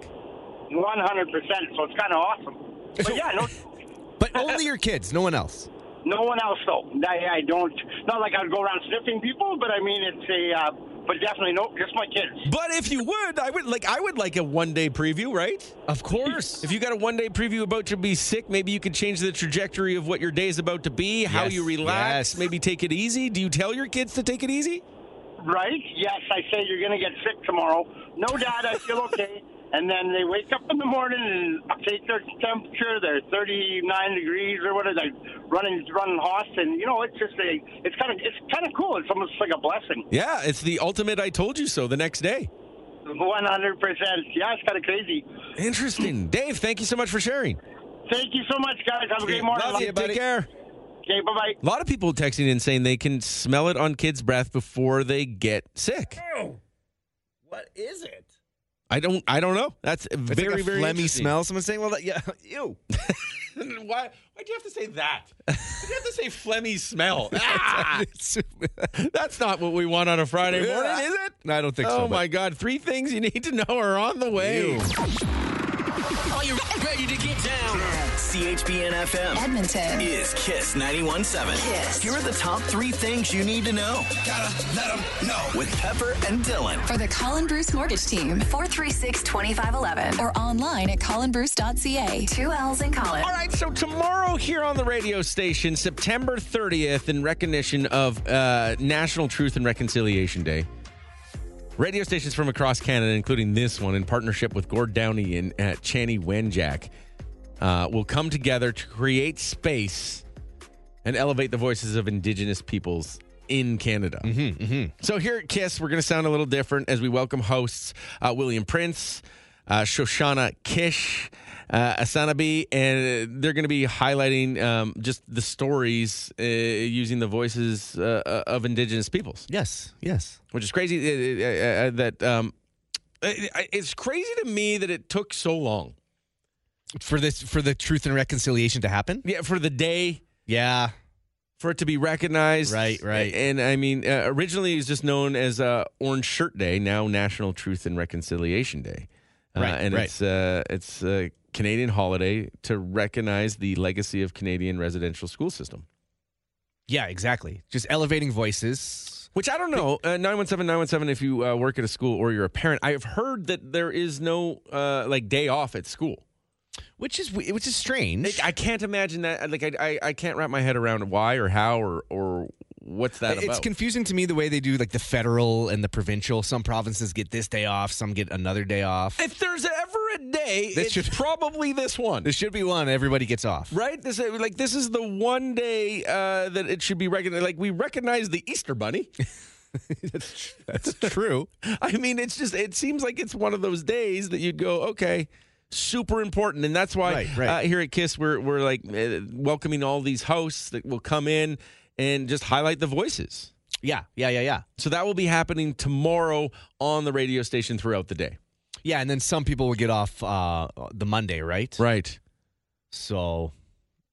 Speaker 6: One hundred percent. So it's kind of awesome. But yeah, no,
Speaker 2: But only your kids, no one else.
Speaker 6: no one else though. I, I don't. Not like I'd go around sniffing people, but I mean it's a. Uh, but definitely no, just my kids.
Speaker 3: But if you would, I would like I would like a one day preview, right?
Speaker 2: Of course.
Speaker 3: If you got a one day preview about to be sick, maybe you could change the trajectory of what your day is about to be, how
Speaker 2: Yes,
Speaker 3: you relax,
Speaker 2: yes.
Speaker 3: maybe take it easy. Do you tell your kids to take it easy?
Speaker 6: Right? Yes, I say you're gonna get sick tomorrow. No, Dad, I feel okay. And then they wake up in the morning and I take their temperature. They're 39 degrees or whatever. They're running running hot, and you know it's just a. It's kind of it's kind of cool. It's almost like a blessing.
Speaker 3: Yeah, it's the ultimate I told you so the next day.
Speaker 6: 100. percent Yeah, it's kind of crazy.
Speaker 3: Interesting. Dave, thank you so much for sharing.
Speaker 6: Thank you so much, guys. Have a great morning.
Speaker 3: Love you. Take care.
Speaker 6: Okay, bye bye.
Speaker 3: A lot of people texting in saying they can smell it on kids' breath before they get sick.
Speaker 2: what is it?
Speaker 3: I don't I don't know. That's
Speaker 2: It's
Speaker 3: very
Speaker 2: *laughs* very, like a
Speaker 3: very
Speaker 2: phlegmy
Speaker 3: interesting.
Speaker 2: smell. Someone's saying, well, that, yeah, *laughs* ew.
Speaker 3: *laughs* Why why'd you have to say that? Why'd you have to say phlegmy *laughs* smell?
Speaker 2: *laughs*
Speaker 3: Ah! That's not what we want on a Friday morning, is it? *laughs*
Speaker 2: No, I don't think so.
Speaker 3: Oh
Speaker 2: but-
Speaker 3: my God! Three things you need to know are on the way.
Speaker 2: Ew.
Speaker 4: Are you ready to get down? CHBN FM
Speaker 1: Edmonton.
Speaker 4: is Kiss 91.7.
Speaker 1: Kiss.
Speaker 4: Here are the top three things you need to know. Gotta let them know. With Pepper and Dylan.
Speaker 1: For the Colin Bruce Mortgage Team, 436 2511 or online at colinbruce.ca. Two L's in Colin.
Speaker 3: All right, so tomorrow here on the radio station, September 30th, in recognition of uh, National Truth and Reconciliation Day, radio stations from across Canada, including this one, in partnership with Gord Downey and uh, Chani Wenjack, uh, will come together to create space and elevate the voices of Indigenous peoples in Canada. So here at Kiss, we're going to sound a little different as we welcome hosts uh, William Prince, uh, Shoshana Kish, uh, Asanabi, and uh, they're going to be highlighting um, just the stories uh, using the voices uh, uh, of Indigenous peoples,
Speaker 2: Yes, yes.
Speaker 3: which is crazy uh, uh, uh, that. Um, it- it- it's crazy to me that it took so long.
Speaker 2: For this, for the truth and reconciliation to happen.
Speaker 3: Yeah, for the day
Speaker 2: Yeah,
Speaker 3: for it to be recognized.
Speaker 2: Right, right.
Speaker 3: And I mean, uh, originally it was just known as uh, Orange Shirt Day, now National Truth and Reconciliation Day. Uh,
Speaker 2: Right,
Speaker 3: and
Speaker 2: right.
Speaker 3: it's uh, it's a Canadian holiday to recognize the legacy of Canadian residential school system.
Speaker 2: yeah, exactly. Just elevating voices.
Speaker 3: Which I don't know. Uh, 917 917 if you uh, work at a school or you're a parent. I have heard that there is no uh, like day off at school.
Speaker 2: Which is which is strange.
Speaker 3: Like, I can't imagine that. Like I, I, I can't wrap my head around why or how or or what's that
Speaker 2: It's
Speaker 3: about.
Speaker 2: confusing to me the way they do like the federal and the provincial. Some provinces get this day off, some get another day off.
Speaker 3: If there's ever a day,
Speaker 2: This
Speaker 3: it's
Speaker 2: should-
Speaker 3: probably this one.
Speaker 2: There should be one everybody gets off.
Speaker 3: Right? This uh, like this is the one day uh, that it should be recognized. Like we recognize the Easter Bunny.
Speaker 2: *laughs* that's, that's true.
Speaker 3: *laughs* I mean, it's just it seems like it's one of those days that you'd go, okay, super important, and that's why
Speaker 2: Right, right.
Speaker 3: Uh, here at Kiss we're we're like uh, welcoming all these hosts that will come in and just highlight the voices.
Speaker 2: Yeah, yeah, yeah, yeah.
Speaker 3: So that will be happening tomorrow on the radio station throughout the day.
Speaker 2: Yeah, and then some people will get off uh, the Monday, right?
Speaker 3: Right.
Speaker 2: So,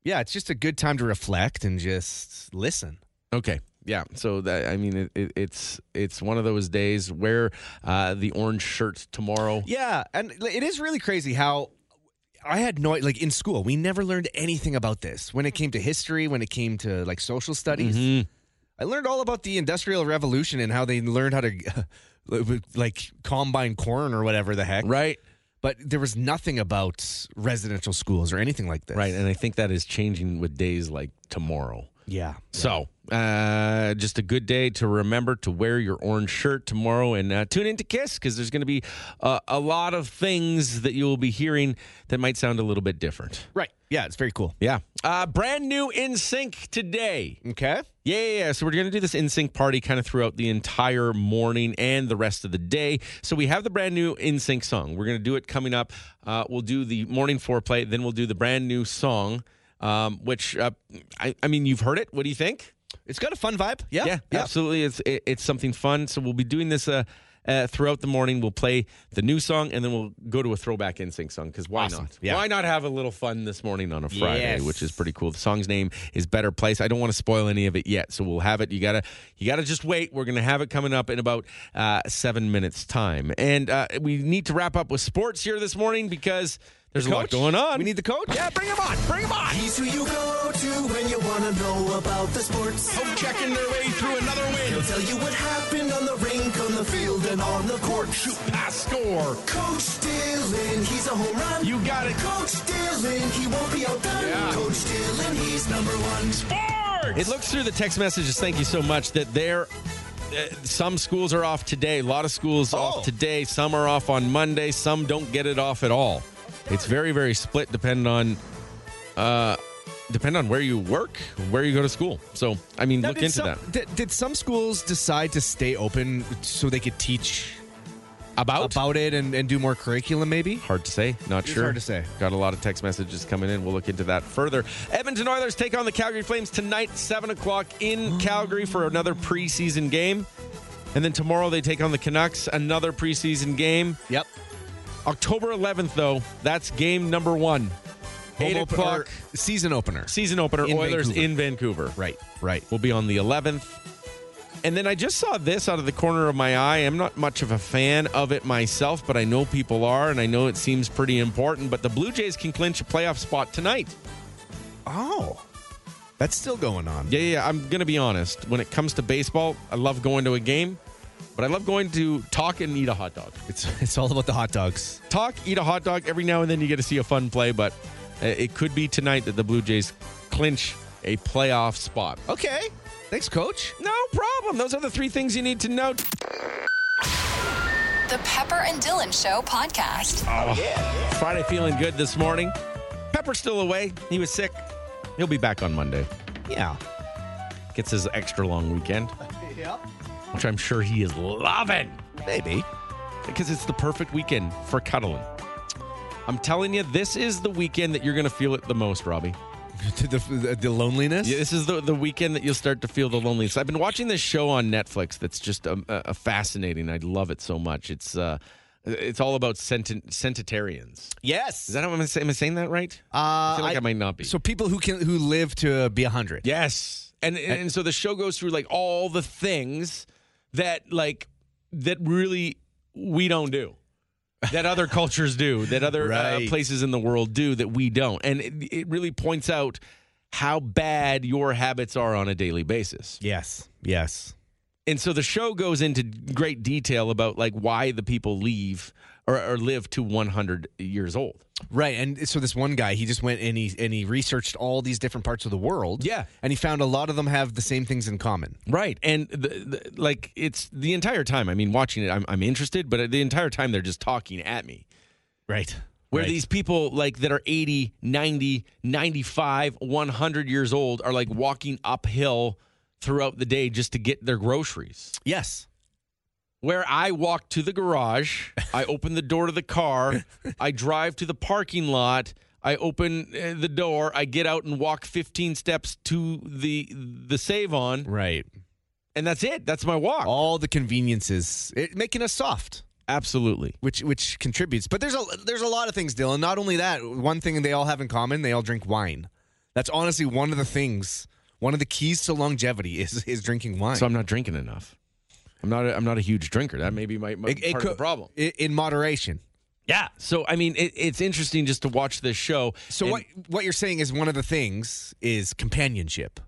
Speaker 2: yeah, it's just a good time to reflect and just listen.
Speaker 3: Okay. Yeah. So that I mean, it, it, it's it's one of those days. Wear uh, the orange shirt tomorrow.
Speaker 2: Yeah, and l- it is really crazy how I had no like in school we never learned anything about this when it came to history, when it came to like social studies.
Speaker 3: Mm-hmm.
Speaker 2: I learned all about the Industrial Revolution and how they learned how to *laughs* like combine corn or whatever the heck.
Speaker 3: Right.
Speaker 2: But there was nothing about residential schools or anything like this.
Speaker 3: Right. And I think that is changing with days like tomorrow.
Speaker 2: Yeah.
Speaker 3: So, uh, just a good day to remember to wear your orange shirt tomorrow and uh, tune into Kiss because there's going to be uh, a lot of things that you will be hearing that might sound a little bit different.
Speaker 2: Right. Yeah, it's very cool.
Speaker 3: Yeah. Uh, brand new In Sync today.
Speaker 2: Okay.
Speaker 3: Yeah, yeah, yeah. So we're going to do this in sync party kind of throughout the entire morning and the rest of the day. So we have the brand new in sync song. We're going to do it coming up. Uh, we'll do the morning foreplay, then we'll do the brand new song. Um, which uh, I, I mean, you've heard it. What do you think?
Speaker 2: It's got a fun vibe. Yeah.
Speaker 3: yeah, absolutely. It's it, it's something fun. So we'll be doing this uh, uh, throughout the morning. We'll play the new song and then we'll go to a throwback in sync song because why
Speaker 2: Awesome.
Speaker 3: not?
Speaker 2: Yeah.
Speaker 3: Why not have a little fun this morning on a Friday,
Speaker 2: Yes.
Speaker 3: which is pretty cool. The song's name is Better Place. I don't want to spoil any of it yet, so we'll have it. You gotta you gotta just wait. We're gonna have it coming up in about uh, seven minutes time, and uh, we need to wrap up with sports here this morning because. There's a lot
Speaker 2: Coach,
Speaker 3: going on.
Speaker 2: We need the coach.
Speaker 3: yeah, bring him on, bring him on.
Speaker 4: He's who you go to when you want to know about the sports.
Speaker 3: Hope Oh, checking their way through another win.
Speaker 4: He'll tell you what happened on the rink, on the field, and on the court. Shoot.
Speaker 3: Pass, score.
Speaker 4: Coach Dylan, he's a home run.
Speaker 3: You got it.
Speaker 4: Coach Dylan, he won't be outdone.
Speaker 3: Yeah.
Speaker 4: Coach Dylan, he's number one.
Speaker 3: It looks through the text messages. Thank you so much. That there, uh, some schools are off today. A lot of schools
Speaker 2: Oh.
Speaker 3: off today. Some are off on Monday. Some don't get it off at all. It's very very split. Depend on, uh, depend on where you work, where you go to school. So I mean,
Speaker 2: Now,
Speaker 3: look
Speaker 2: did
Speaker 3: into
Speaker 2: some,
Speaker 3: that.
Speaker 2: Did, did some schools decide to stay open so they could teach
Speaker 3: About
Speaker 2: about it and, and do more curriculum maybe?
Speaker 3: Hard to say. Not
Speaker 2: It's
Speaker 3: sure.
Speaker 2: hard to say.
Speaker 3: Got a lot of text messages coming in. We'll look into that further. Edmonton Oilers take on the Calgary Flames tonight, 7 o'clock in Calgary for another preseason game. And then tomorrow they take on the Canucks, another preseason game.
Speaker 2: Yep.
Speaker 3: October 11th, though, that's game number one. 8
Speaker 2: open-
Speaker 3: o'clock
Speaker 2: or season opener.
Speaker 3: season opener,
Speaker 2: In
Speaker 3: Oilers
Speaker 2: Vancouver.
Speaker 3: in Vancouver.
Speaker 2: Right, right.
Speaker 3: Will be on the 11th. And then I just saw this out of the corner of my eye. I'm not much of a fan of it myself, but I know people are, and I know it seems pretty important. But the Blue Jays can clinch a playoff spot tonight.
Speaker 2: Oh. That's still going on.
Speaker 3: Yeah, yeah, yeah. I'm going to be honest. When it comes to baseball, I love going to a game, but I love going to talk and eat a hot dog.
Speaker 2: It's it's all about the hot dogs.
Speaker 3: *laughs* talk, eat a hot dog. Every now and then you get to see a fun play, but uh, it could be tonight that the Blue Jays clinch a playoff spot.
Speaker 2: Okay. Thanks, coach.
Speaker 3: No problem. Those are the three things you need to know.
Speaker 1: The Pepper and Dylan Show podcast.
Speaker 3: Friday feeling good this morning. Pepper's still away. He was sick. He'll be back on Monday.
Speaker 2: Yeah.
Speaker 3: Gets his extra long weekend,
Speaker 2: *laughs* Yeah.
Speaker 3: which I'm sure he is loving
Speaker 2: Maybe.
Speaker 3: because it's the perfect weekend for cuddling. I'm telling you, this is the weekend that you're going to feel it the most, Robbie.
Speaker 2: *laughs* to the, the the loneliness?
Speaker 3: Yeah, this is the, the weekend that you'll start to feel the loneliness. I've been watching this show on Netflix that's just um, uh, fascinating. I love it so much. It's uh, it's all about centen- centenarians.
Speaker 2: Yes.
Speaker 3: Is that how I'm saying? Am I saying that right?
Speaker 2: uh,
Speaker 3: I feel like I, might not be.
Speaker 2: So people who can who live to be 100.
Speaker 3: yes, and, and and so the show goes through like all the things that like that really we don't do. that
Speaker 2: *laughs*
Speaker 3: other cultures do, that other
Speaker 2: Right.
Speaker 3: uh, places in the world do, that we don't. And it, it really points out how bad your habits are on a daily basis.
Speaker 2: Yes. Yes.
Speaker 3: and so the show goes into great detail about like why the people leave or, or live to 100 years old
Speaker 2: Right, and so this one guy, he just went and he and he researched all these different parts of the world.
Speaker 3: Yeah.
Speaker 2: and he found a lot of them have the same things in common.
Speaker 3: right and the, the, like it's the entire time i mean watching it I'm, I'm interested but the entire time they're just talking at me
Speaker 2: Right,
Speaker 3: where
Speaker 2: Right.
Speaker 3: these people like that are 80 90 95 100 years old are like walking uphill throughout the day just to get their groceries
Speaker 2: yes,
Speaker 3: where I walk to the garage, I open the door to the
Speaker 2: *laughs*
Speaker 3: car, I drive to the parking lot, I open uh, the door, I get out and walk 15 steps to the the save on,
Speaker 2: right. Uh,
Speaker 3: and that's it. That's my walk.
Speaker 2: All the conveniences, it, making us soft.
Speaker 3: Absolutely.
Speaker 2: which which contributes. But there's a there's a lot of things, Dylan. Not only that, one thing they all have in common, they all drink wine. That's honestly one of the things, one of the keys to longevity is is drinking wine.
Speaker 3: So I'm not drinking enough. I'm not. A, I'm not a huge drinker. That may be my, my
Speaker 2: It- it
Speaker 3: part
Speaker 2: could-
Speaker 3: of the problem.
Speaker 2: I- in moderation.
Speaker 3: Yeah. So I mean, it, it's interesting just to watch this show.
Speaker 2: So
Speaker 3: And
Speaker 2: what what you're saying is one of the things is companionship.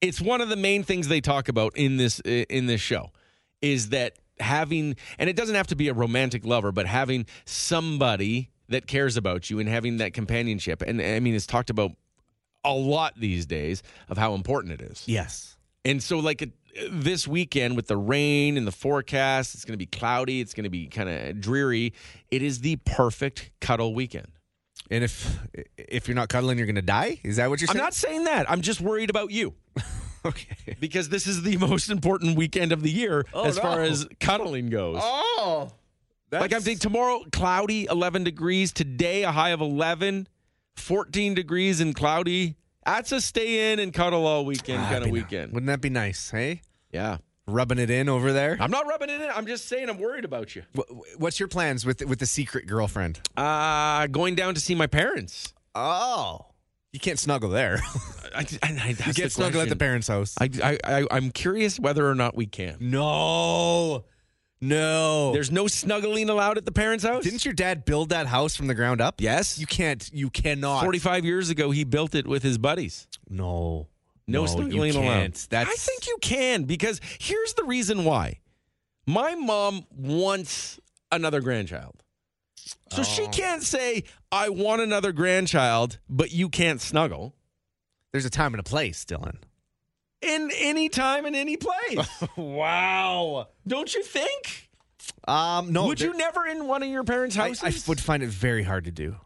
Speaker 3: It's one of the main things they talk about in this uh, in this show is that having and it doesn't have to be a romantic lover, but having somebody that cares about you and having that companionship. And I mean, it's talked about a lot these days of how important it is.
Speaker 2: Yes.
Speaker 3: And so, like it- this weekend with the rain and the forecast, it's going to be cloudy. It's going to be kind of dreary. It is the perfect cuddle weekend.
Speaker 2: And if if you're not cuddling, you're gonna die. Is that what you're
Speaker 3: I'm
Speaker 2: saying?
Speaker 3: not saying that. I'm just worried about *laughs* you
Speaker 2: Okay.
Speaker 3: because this is the most important weekend of the year as far
Speaker 2: no.
Speaker 3: as cuddling goes.
Speaker 2: Oh. That's,
Speaker 3: like I'm saying, tomorrow cloudy, 11 degrees. Today a high of 11, 14 degrees and cloudy. That's a stay in and cuddle all weekend kind of weekend.
Speaker 2: Wouldn't that be nice? Hey,
Speaker 3: Yeah.
Speaker 2: rubbing it in over there.
Speaker 3: I'm not rubbing it in. I'm just saying I'm worried about you.
Speaker 2: Wh- What's your plans with with the secret girlfriend?
Speaker 3: Uh, going down to see my parents.
Speaker 2: Oh. You can't snuggle there. *laughs*
Speaker 3: I, I, I,
Speaker 2: you can't snuggle at the parents' house.
Speaker 3: I, I, I, I'm curious whether or not we can.
Speaker 2: no. No.
Speaker 3: There's no snuggling allowed at the parents' house.
Speaker 2: Didn't your dad build that house from the ground up?
Speaker 3: Yes.
Speaker 2: You can't. You cannot.
Speaker 3: 45 years ago, he built it with his buddies.
Speaker 2: No.
Speaker 3: No,
Speaker 2: you
Speaker 3: snuggling allowed.
Speaker 2: can't. That's
Speaker 3: I think you can because here's the reason why. My mom wants another grandchild. So she
Speaker 2: Oh.
Speaker 3: can't say, I want another grandchild, but you can't snuggle
Speaker 2: there's a time and a place, Dylan.
Speaker 3: in any time and any
Speaker 2: *laughs*
Speaker 3: place.
Speaker 2: wow.
Speaker 3: Don't you think?
Speaker 2: Um. No.
Speaker 3: would
Speaker 2: there-
Speaker 3: you never in one of your parents'
Speaker 2: I,
Speaker 3: houses?
Speaker 2: I would find it very hard to do.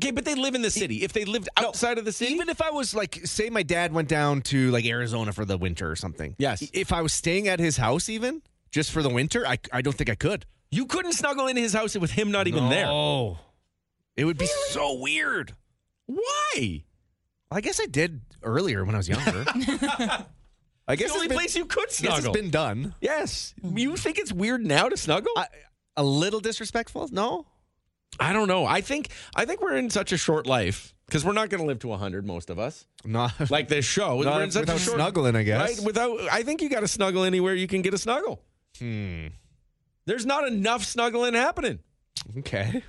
Speaker 3: Okay, but they live in the city. If they lived outside of the city,
Speaker 2: Even if I was like, say, my dad went down to like Arizona for the winter or something.
Speaker 3: Yes.
Speaker 2: If I was staying at his house, even just for the winter, I I don't think I could.
Speaker 3: you couldn't snuggle in his house with him not even there.
Speaker 2: Oh. It would be so weird.
Speaker 3: Why?
Speaker 2: I guess I did earlier when I was younger. I guess
Speaker 3: It's the only
Speaker 2: it's been,
Speaker 3: place you could
Speaker 2: I guess it's
Speaker 3: snuggle.
Speaker 2: been done.
Speaker 3: yes. You think it's weird now to snuggle?
Speaker 2: I, a little disrespectful? No.
Speaker 3: I don't know. I think I think we're in such a short life because we're not going to live to 100, most of us.
Speaker 2: No.
Speaker 3: *laughs* Like this show,
Speaker 2: Not
Speaker 3: we're in such a
Speaker 2: without
Speaker 3: short,
Speaker 2: snuggling, I guess.
Speaker 3: Right? Without, I think you got to snuggle anywhere you can get a snuggle.
Speaker 2: Hmm.
Speaker 3: There's not enough snuggling happening.
Speaker 2: Okay.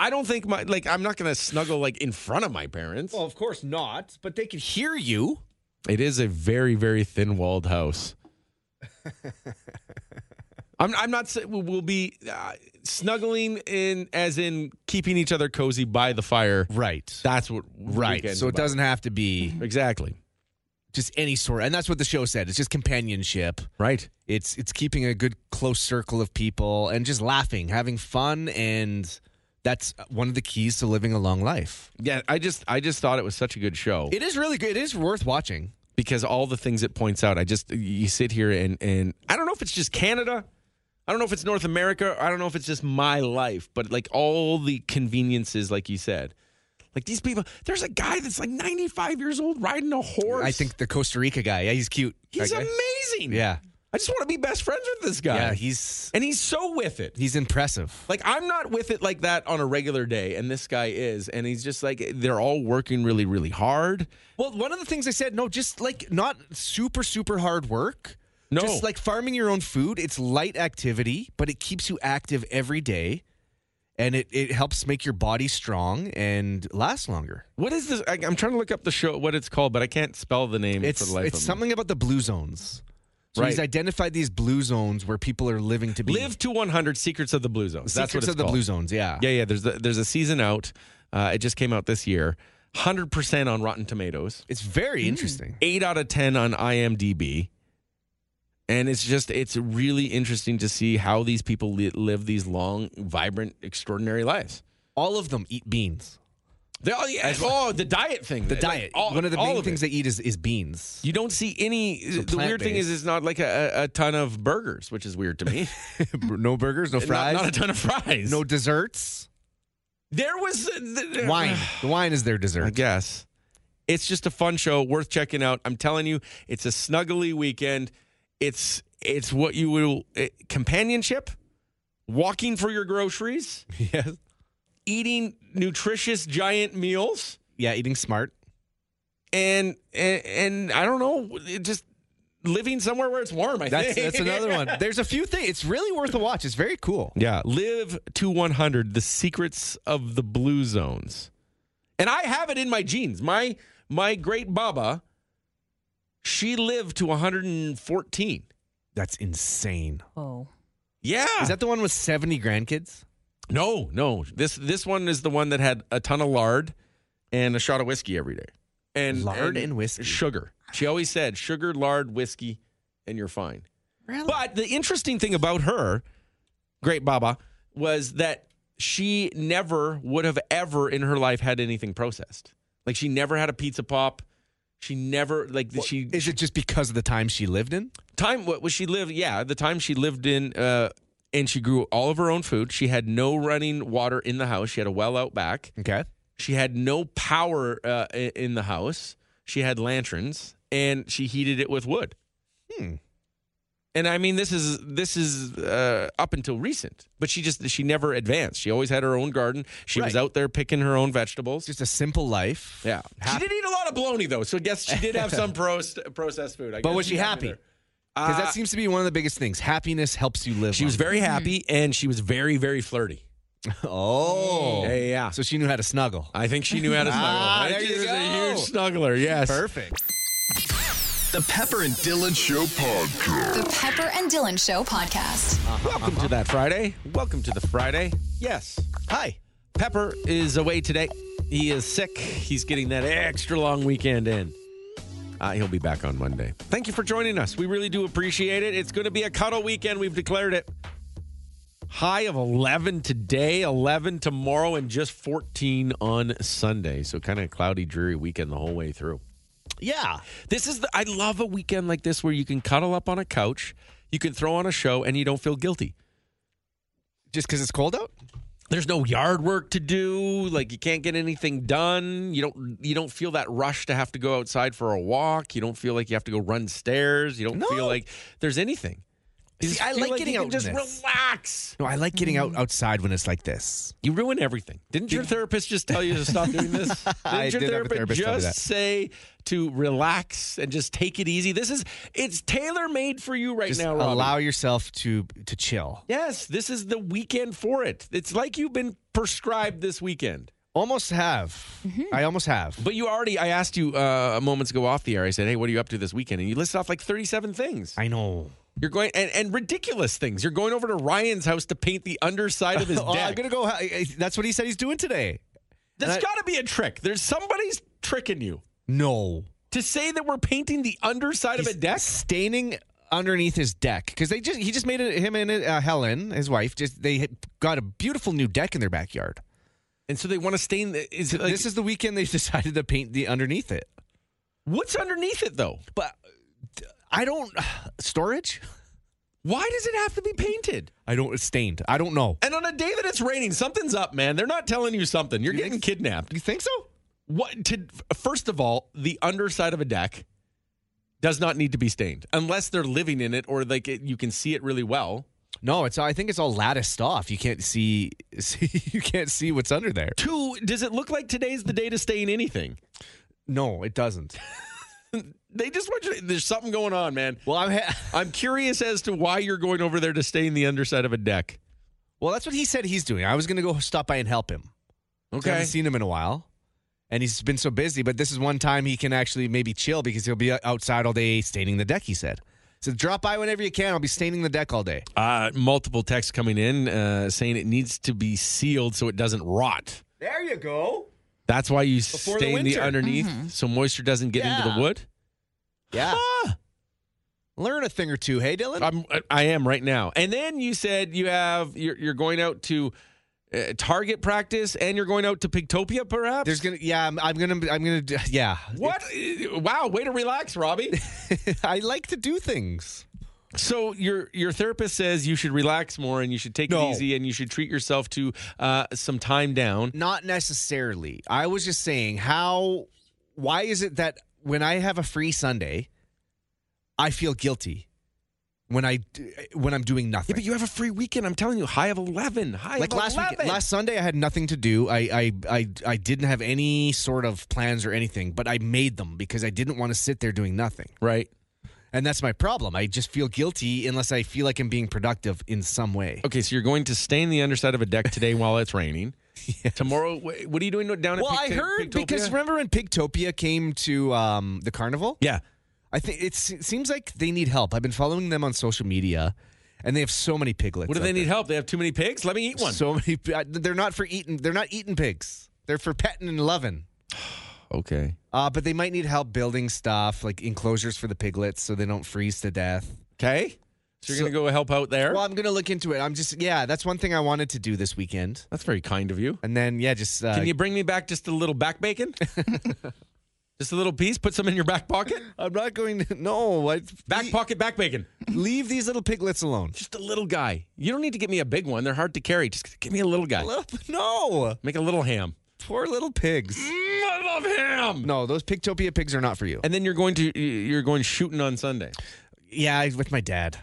Speaker 3: I don't think my like I'm not going to snuggle like in front of my parents.
Speaker 2: of course not, but they could hear you.
Speaker 3: It is a very, very thin walled
Speaker 2: *laughs*
Speaker 3: house. I'm, I'm not saying we'll be uh, snuggling in, as in keeping each other cozy by the fire.
Speaker 2: Right.
Speaker 3: That's what,
Speaker 2: Right.
Speaker 3: weekend's
Speaker 2: So it
Speaker 3: about.
Speaker 2: doesn't have to be
Speaker 3: exactly
Speaker 2: just any sort. And that's what the show said. It's just companionship.
Speaker 3: right.
Speaker 2: It's it's keeping a good close circle of people and just laughing, having fun and that's one of the keys to living a long life.
Speaker 3: Yeah, I just, I just thought it was such a good show
Speaker 2: It is really good. It is worth watching.
Speaker 3: because all the things it points out. I just, you sit here and, and I don't know if it's just Canada. I don't know if it's North America. I don't know if it's just my life, but like all the conveniences, like you said, like these people. There's a guy that's like 95 years old riding a horse.
Speaker 2: I think the Costa Rica guy. Yeah, he's cute.
Speaker 3: he's
Speaker 2: That guy.
Speaker 3: amazing.
Speaker 2: Yeah.
Speaker 3: I just want to be best friends with this guy.
Speaker 2: Yeah, he's
Speaker 3: and he's so with it.
Speaker 2: he's impressive.
Speaker 3: Like I'm not with it like that on a regular day, and this guy is, and he's just like they're all working really, really hard.
Speaker 2: Well, one of the things I said, no, just like not super super hard work.
Speaker 3: No.
Speaker 2: Just like farming your own food, it's light activity, but it keeps you active every day and it it helps make your body strong and last longer.
Speaker 3: What is this? I, I'm trying to look up the show, what it's called, but I can't spell the name for
Speaker 2: It's
Speaker 3: the life
Speaker 2: it's
Speaker 3: of me.
Speaker 2: something about the blue zones. So he's
Speaker 3: Right.
Speaker 2: identified these blue zones where people are living to be
Speaker 3: Live to 100: Secrets of the Blue Zone. That's
Speaker 2: Secrets
Speaker 3: what it's
Speaker 2: of the
Speaker 3: called.
Speaker 2: blue zones, yeah.
Speaker 3: Yeah, yeah. There's a, there's a season out. Uh, it just came out this year. 100% on Rotten Tomatoes.
Speaker 2: It's very
Speaker 3: Hmm.
Speaker 2: interesting.
Speaker 3: Eight out of 10 on IMDb. And it's just it's really interesting to see how these people li- live these long, vibrant, extraordinary lives.
Speaker 2: All of them eat beans.
Speaker 3: They all, yeah, oh, the diet thing.
Speaker 2: The
Speaker 3: Like,
Speaker 2: diet.
Speaker 3: all-
Speaker 2: One of the
Speaker 3: all
Speaker 2: main things
Speaker 3: it.
Speaker 2: they eat is,
Speaker 3: *laughs*
Speaker 2: is beans.
Speaker 3: you don't see any. the weird thing is,
Speaker 2: plant-based.
Speaker 3: it's not like a, a a ton of burgers, which is weird to
Speaker 2: *laughs*
Speaker 3: me. *laughs*
Speaker 2: no burgers, no
Speaker 3: Not- Not, a ton of fries.
Speaker 2: no desserts.
Speaker 3: there was uh, th- th-
Speaker 2: *sighs* Wine. The wine is their
Speaker 3: I
Speaker 2: dessert. *laughs*
Speaker 3: guess it's just a fun show worth checking out. I'm telling you, it's a snuggly weekend. It's it's what you will eh, companionship walking for your
Speaker 2: *laughs*
Speaker 3: groceries,
Speaker 2: Yes.
Speaker 3: eating nutritious giant meals,
Speaker 2: Yeah, eating smart.
Speaker 3: and and, and I don't know, it just living somewhere where it's warm. I
Speaker 2: That's
Speaker 3: think *laughs*
Speaker 2: that's another one. There's a few things. It's really worth a watch. It's very cool.
Speaker 3: Yeah, live to 100, the secrets of the blue zones. And I have it in my genes. My my great baba, she lived to 114.
Speaker 2: That's insane.
Speaker 7: Oh.
Speaker 3: Yeah.
Speaker 2: Is that the one with 70 grandkids?
Speaker 3: no, no. This this one is the one that had a ton of lard and a shot of whiskey every day. And
Speaker 2: Lard and whiskey.
Speaker 3: Sugar. She always said sugar, lard, whiskey, and you're fine.
Speaker 2: Really?
Speaker 3: But the interesting thing about her, great Baba, was that she never would have ever in her life had anything processed. Like she never had a pizza pop. She never like she
Speaker 2: Is it just because of the time she lived in?
Speaker 3: time what was she lived yeah the time she lived in uh and she grew all of her own food. She had no running water in the house. She had a well out back.
Speaker 2: Okay.
Speaker 3: She had no power uh, i- in the house. She had lanterns and she heated it with wood.
Speaker 2: Hmm.
Speaker 3: And I mean, this is this is uh, up until recent, but she just she never advanced. She always had her own garden. She was
Speaker 2: Right.
Speaker 3: out there picking her own vegetables.
Speaker 2: Just a simple life.
Speaker 3: yeah,
Speaker 2: Hap-
Speaker 3: she did eat a lot of bologna though, so I guess she did *laughs* have some proce- processed food. I
Speaker 2: But
Speaker 3: guess
Speaker 2: was she
Speaker 3: got me
Speaker 2: happy?
Speaker 3: there.
Speaker 2: Because
Speaker 3: Uh,
Speaker 2: that seems to be one of the biggest things. Happiness helps you live.
Speaker 3: she was
Speaker 2: longer.
Speaker 3: very happy and she was very very flirty.
Speaker 2: Oh.
Speaker 3: Yeah, yeah, yeah.
Speaker 2: So she knew how to snuggle.
Speaker 3: I think she knew how to snuggle.
Speaker 2: *laughs* Ah,
Speaker 3: I think
Speaker 2: there
Speaker 3: she
Speaker 2: you
Speaker 3: was
Speaker 2: go.
Speaker 3: a huge snuggler. Yes,
Speaker 2: Perfect.
Speaker 4: The Pepper and Dylan Show Podcast.
Speaker 1: The Pepper and Dylan Show podcast.
Speaker 3: Welcome to that Friday. Welcome to the Friday. Yes. Hi. Pepper is away today. He is sick. He's getting that extra long weekend in. Uh, he'll be back on Monday. Thank you for joining us. We really do appreciate it. It's going to be a cuddle weekend. We've declared it. High of 11 today, 11 tomorrow, and just 14 on Sunday. So kind of cloudy, dreary weekend the whole way through.
Speaker 2: Yeah.
Speaker 3: This is the I love a weekend like this where you can cuddle up on a couch, you can throw on a show, and you don't feel guilty.
Speaker 2: Just because it's cold out?
Speaker 3: there's no yard work to do like you can't get anything done you don't you don't feel that rush to have to go outside for a walk you don't feel like you have to go run stairs you don't
Speaker 2: No.
Speaker 3: feel like there's anything You
Speaker 2: See,
Speaker 3: just
Speaker 2: I
Speaker 3: feel
Speaker 2: like getting
Speaker 3: you
Speaker 2: out
Speaker 3: can
Speaker 2: in
Speaker 3: just
Speaker 2: this.
Speaker 3: relax
Speaker 2: No, I like getting out
Speaker 3: Mm.
Speaker 2: outside when it's like this.
Speaker 3: you ruin everything didn't your therapist just tell you to stop doing this
Speaker 2: *laughs*
Speaker 3: didn't
Speaker 2: I
Speaker 3: your
Speaker 2: did have a therapist tell me
Speaker 3: just
Speaker 2: that.
Speaker 3: say to relax and just take it easy this is it's tailor-made for you right
Speaker 2: Just
Speaker 3: now Robbie.
Speaker 2: allow yourself to to chill.
Speaker 3: yes this is the weekend for it it's like you've been prescribed this weekend
Speaker 2: Almost have. I almost have.
Speaker 3: But you already, I asked you uh, moments ago off the air. I said, "Hey, what are you up to this weekend?" And you listed off like thirty-seven things.
Speaker 2: I know.
Speaker 3: You're going and, and ridiculous things. You're going over to Ryan's house to paint the underside of *laughs* his
Speaker 2: Oh, I'm
Speaker 3: deck.
Speaker 2: gonna go. I- I- That's what he said he's doing today.
Speaker 3: There's
Speaker 2: I-
Speaker 3: got to be a trick. There's somebody's tricking you
Speaker 2: No,
Speaker 3: to say that we're painting the underside
Speaker 2: He's
Speaker 3: of a deck.
Speaker 2: staining underneath his deck because they just he just made it, him and uh, Helen, his wife, just they had got a beautiful new deck in their backyard.
Speaker 3: And so they want to stain. The, is it like,
Speaker 2: this is the weekend they *laughs* decided to paint the underneath it.
Speaker 3: what's underneath it though?
Speaker 2: But I don't storage.
Speaker 3: Why does it have to be painted?
Speaker 2: I don't it's stained. I don't know.
Speaker 3: And on a day that it's raining, something's up, man. They're not telling you something. You're
Speaker 2: You
Speaker 3: getting
Speaker 2: think-
Speaker 3: kidnapped.
Speaker 2: You think so?
Speaker 3: What to first of all, the underside of a deck does not need to be stained unless they're living in it or like it, you can see it really well.
Speaker 2: No, it's I think it's all latticed off. You can't see, *laughs* see you can't see what's under there.
Speaker 3: Two, does it look like today's the day to stain anything?
Speaker 2: No, it doesn't.
Speaker 3: They just want you. To, there's something going on, man.
Speaker 2: *laughs* Well, I'm ha-
Speaker 3: I'm curious as to why you're going over there to stain the underside of a deck.
Speaker 2: *laughs* Well, that's what he said he's doing. I was going to go stop by and help him. I haven't seen him in a while. And he's been so busy, but this is one time he can actually maybe chill because he'll be outside all day staining the deck, he said. So drop by whenever you can. I'll be staining the deck all day.
Speaker 3: Uh, multiple texts coming in uh, saying it needs to be sealed so it doesn't rot.
Speaker 2: There you go.
Speaker 3: That's why you
Speaker 2: Before the
Speaker 3: stain the,
Speaker 2: winter.
Speaker 3: underneath so moisture doesn't get into
Speaker 2: Yeah.
Speaker 3: the wood.
Speaker 2: Yeah. *laughs*
Speaker 3: Ah.
Speaker 2: Learn a thing or two, hey, Dylan?
Speaker 3: I'm, I am right now. And then you said you have you're, you're going out to uh, Target practice, and you're going out to Pigtopia, perhaps.
Speaker 2: There's going to, yeah, I'm, I'm going to, I'm going to, yeah.
Speaker 3: what? Uh, Wow, way to relax, *laughs* Robbie.
Speaker 2: *laughs* I like to do things.
Speaker 3: so your your therapist says you should relax more, and you should take
Speaker 2: No.
Speaker 3: it easy, and you should treat yourself to uh, some time down.
Speaker 2: Not necessarily. I was just saying how why is it that when I have a free Sunday, I feel guilty when I d- when I'm doing
Speaker 3: Yeah,
Speaker 2: nothing.
Speaker 3: but you have a free weekend. I'm telling you, high of 11. High
Speaker 2: like
Speaker 3: of
Speaker 2: last
Speaker 3: 11.
Speaker 2: week, last Sunday, I had nothing to do. I, I I I didn't have any sort of plans or anything, but I made them because I didn't want to sit there doing nothing.
Speaker 3: Right.
Speaker 2: And that's my problem. I just feel guilty unless I feel like I'm being productive in some way.
Speaker 3: Okay, so you're going to stain the underside of a deck today *laughs* while it's raining. Tomorrow, wh- what are you doing down at
Speaker 2: Well, I
Speaker 3: Picto-
Speaker 2: heard because
Speaker 3: Pictopia?
Speaker 2: remember when Pigtopia came to um, the carnival?
Speaker 3: yeah.
Speaker 2: I think it's, it seems like they need help. I've been following them on social media, and they have so many piglets.
Speaker 3: What do
Speaker 2: out
Speaker 3: they need
Speaker 2: there.
Speaker 3: help? They have too many pigs? Let me eat one.
Speaker 2: So many. pi- They're not for eating. They're not eating pigs. They're for petting and loving.
Speaker 3: okay.
Speaker 2: Uh, but they might need help building stuff like enclosures for the piglets so they don't freeze to death.
Speaker 3: Okay. So you're going to go help out there?
Speaker 2: Well, I'm gonna look into it. I'm just yeah, that's one thing I wanted to do this weekend.
Speaker 3: That's very kind of you.
Speaker 2: And then yeah, just uh,
Speaker 3: Can you bring me back just a little back bacon? just a little piece? Put some in your back pocket?
Speaker 2: I'm not going to *laughs* no. I,
Speaker 3: Back pocket back bacon.
Speaker 2: leave these little piglets alone.
Speaker 3: Just a little guy. You don't need to get me a big one. They're hard to carry. Just give me a little guy.
Speaker 2: Little- No,
Speaker 3: Make a little ham.
Speaker 2: poor little pigs.
Speaker 3: I love ham.
Speaker 2: No, those Pigtopia pigs are not for you.
Speaker 3: And then you're going to you're going shooting on Sunday.
Speaker 2: Yeah, I- with my dad.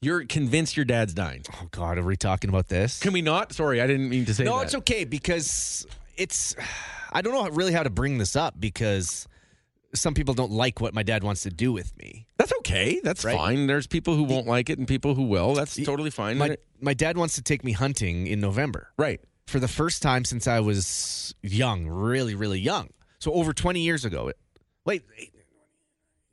Speaker 3: You're convinced your dad's dying.
Speaker 2: Oh God, are we talking about this?
Speaker 3: Can we not? Sorry, I didn't mean to say
Speaker 2: no,
Speaker 3: that.
Speaker 2: it's okay because it's. I don't know really how to bring this up because some people don't like what my dad wants to do with me.
Speaker 3: That's okay. That's
Speaker 2: Right.
Speaker 3: fine. There's people who won't like it and people who will. That's totally fine.
Speaker 2: My my dad wants to take me hunting in November.
Speaker 3: right.
Speaker 2: for the first time since I was young, really, really young. So over 20 years ago. It- Wait, eight-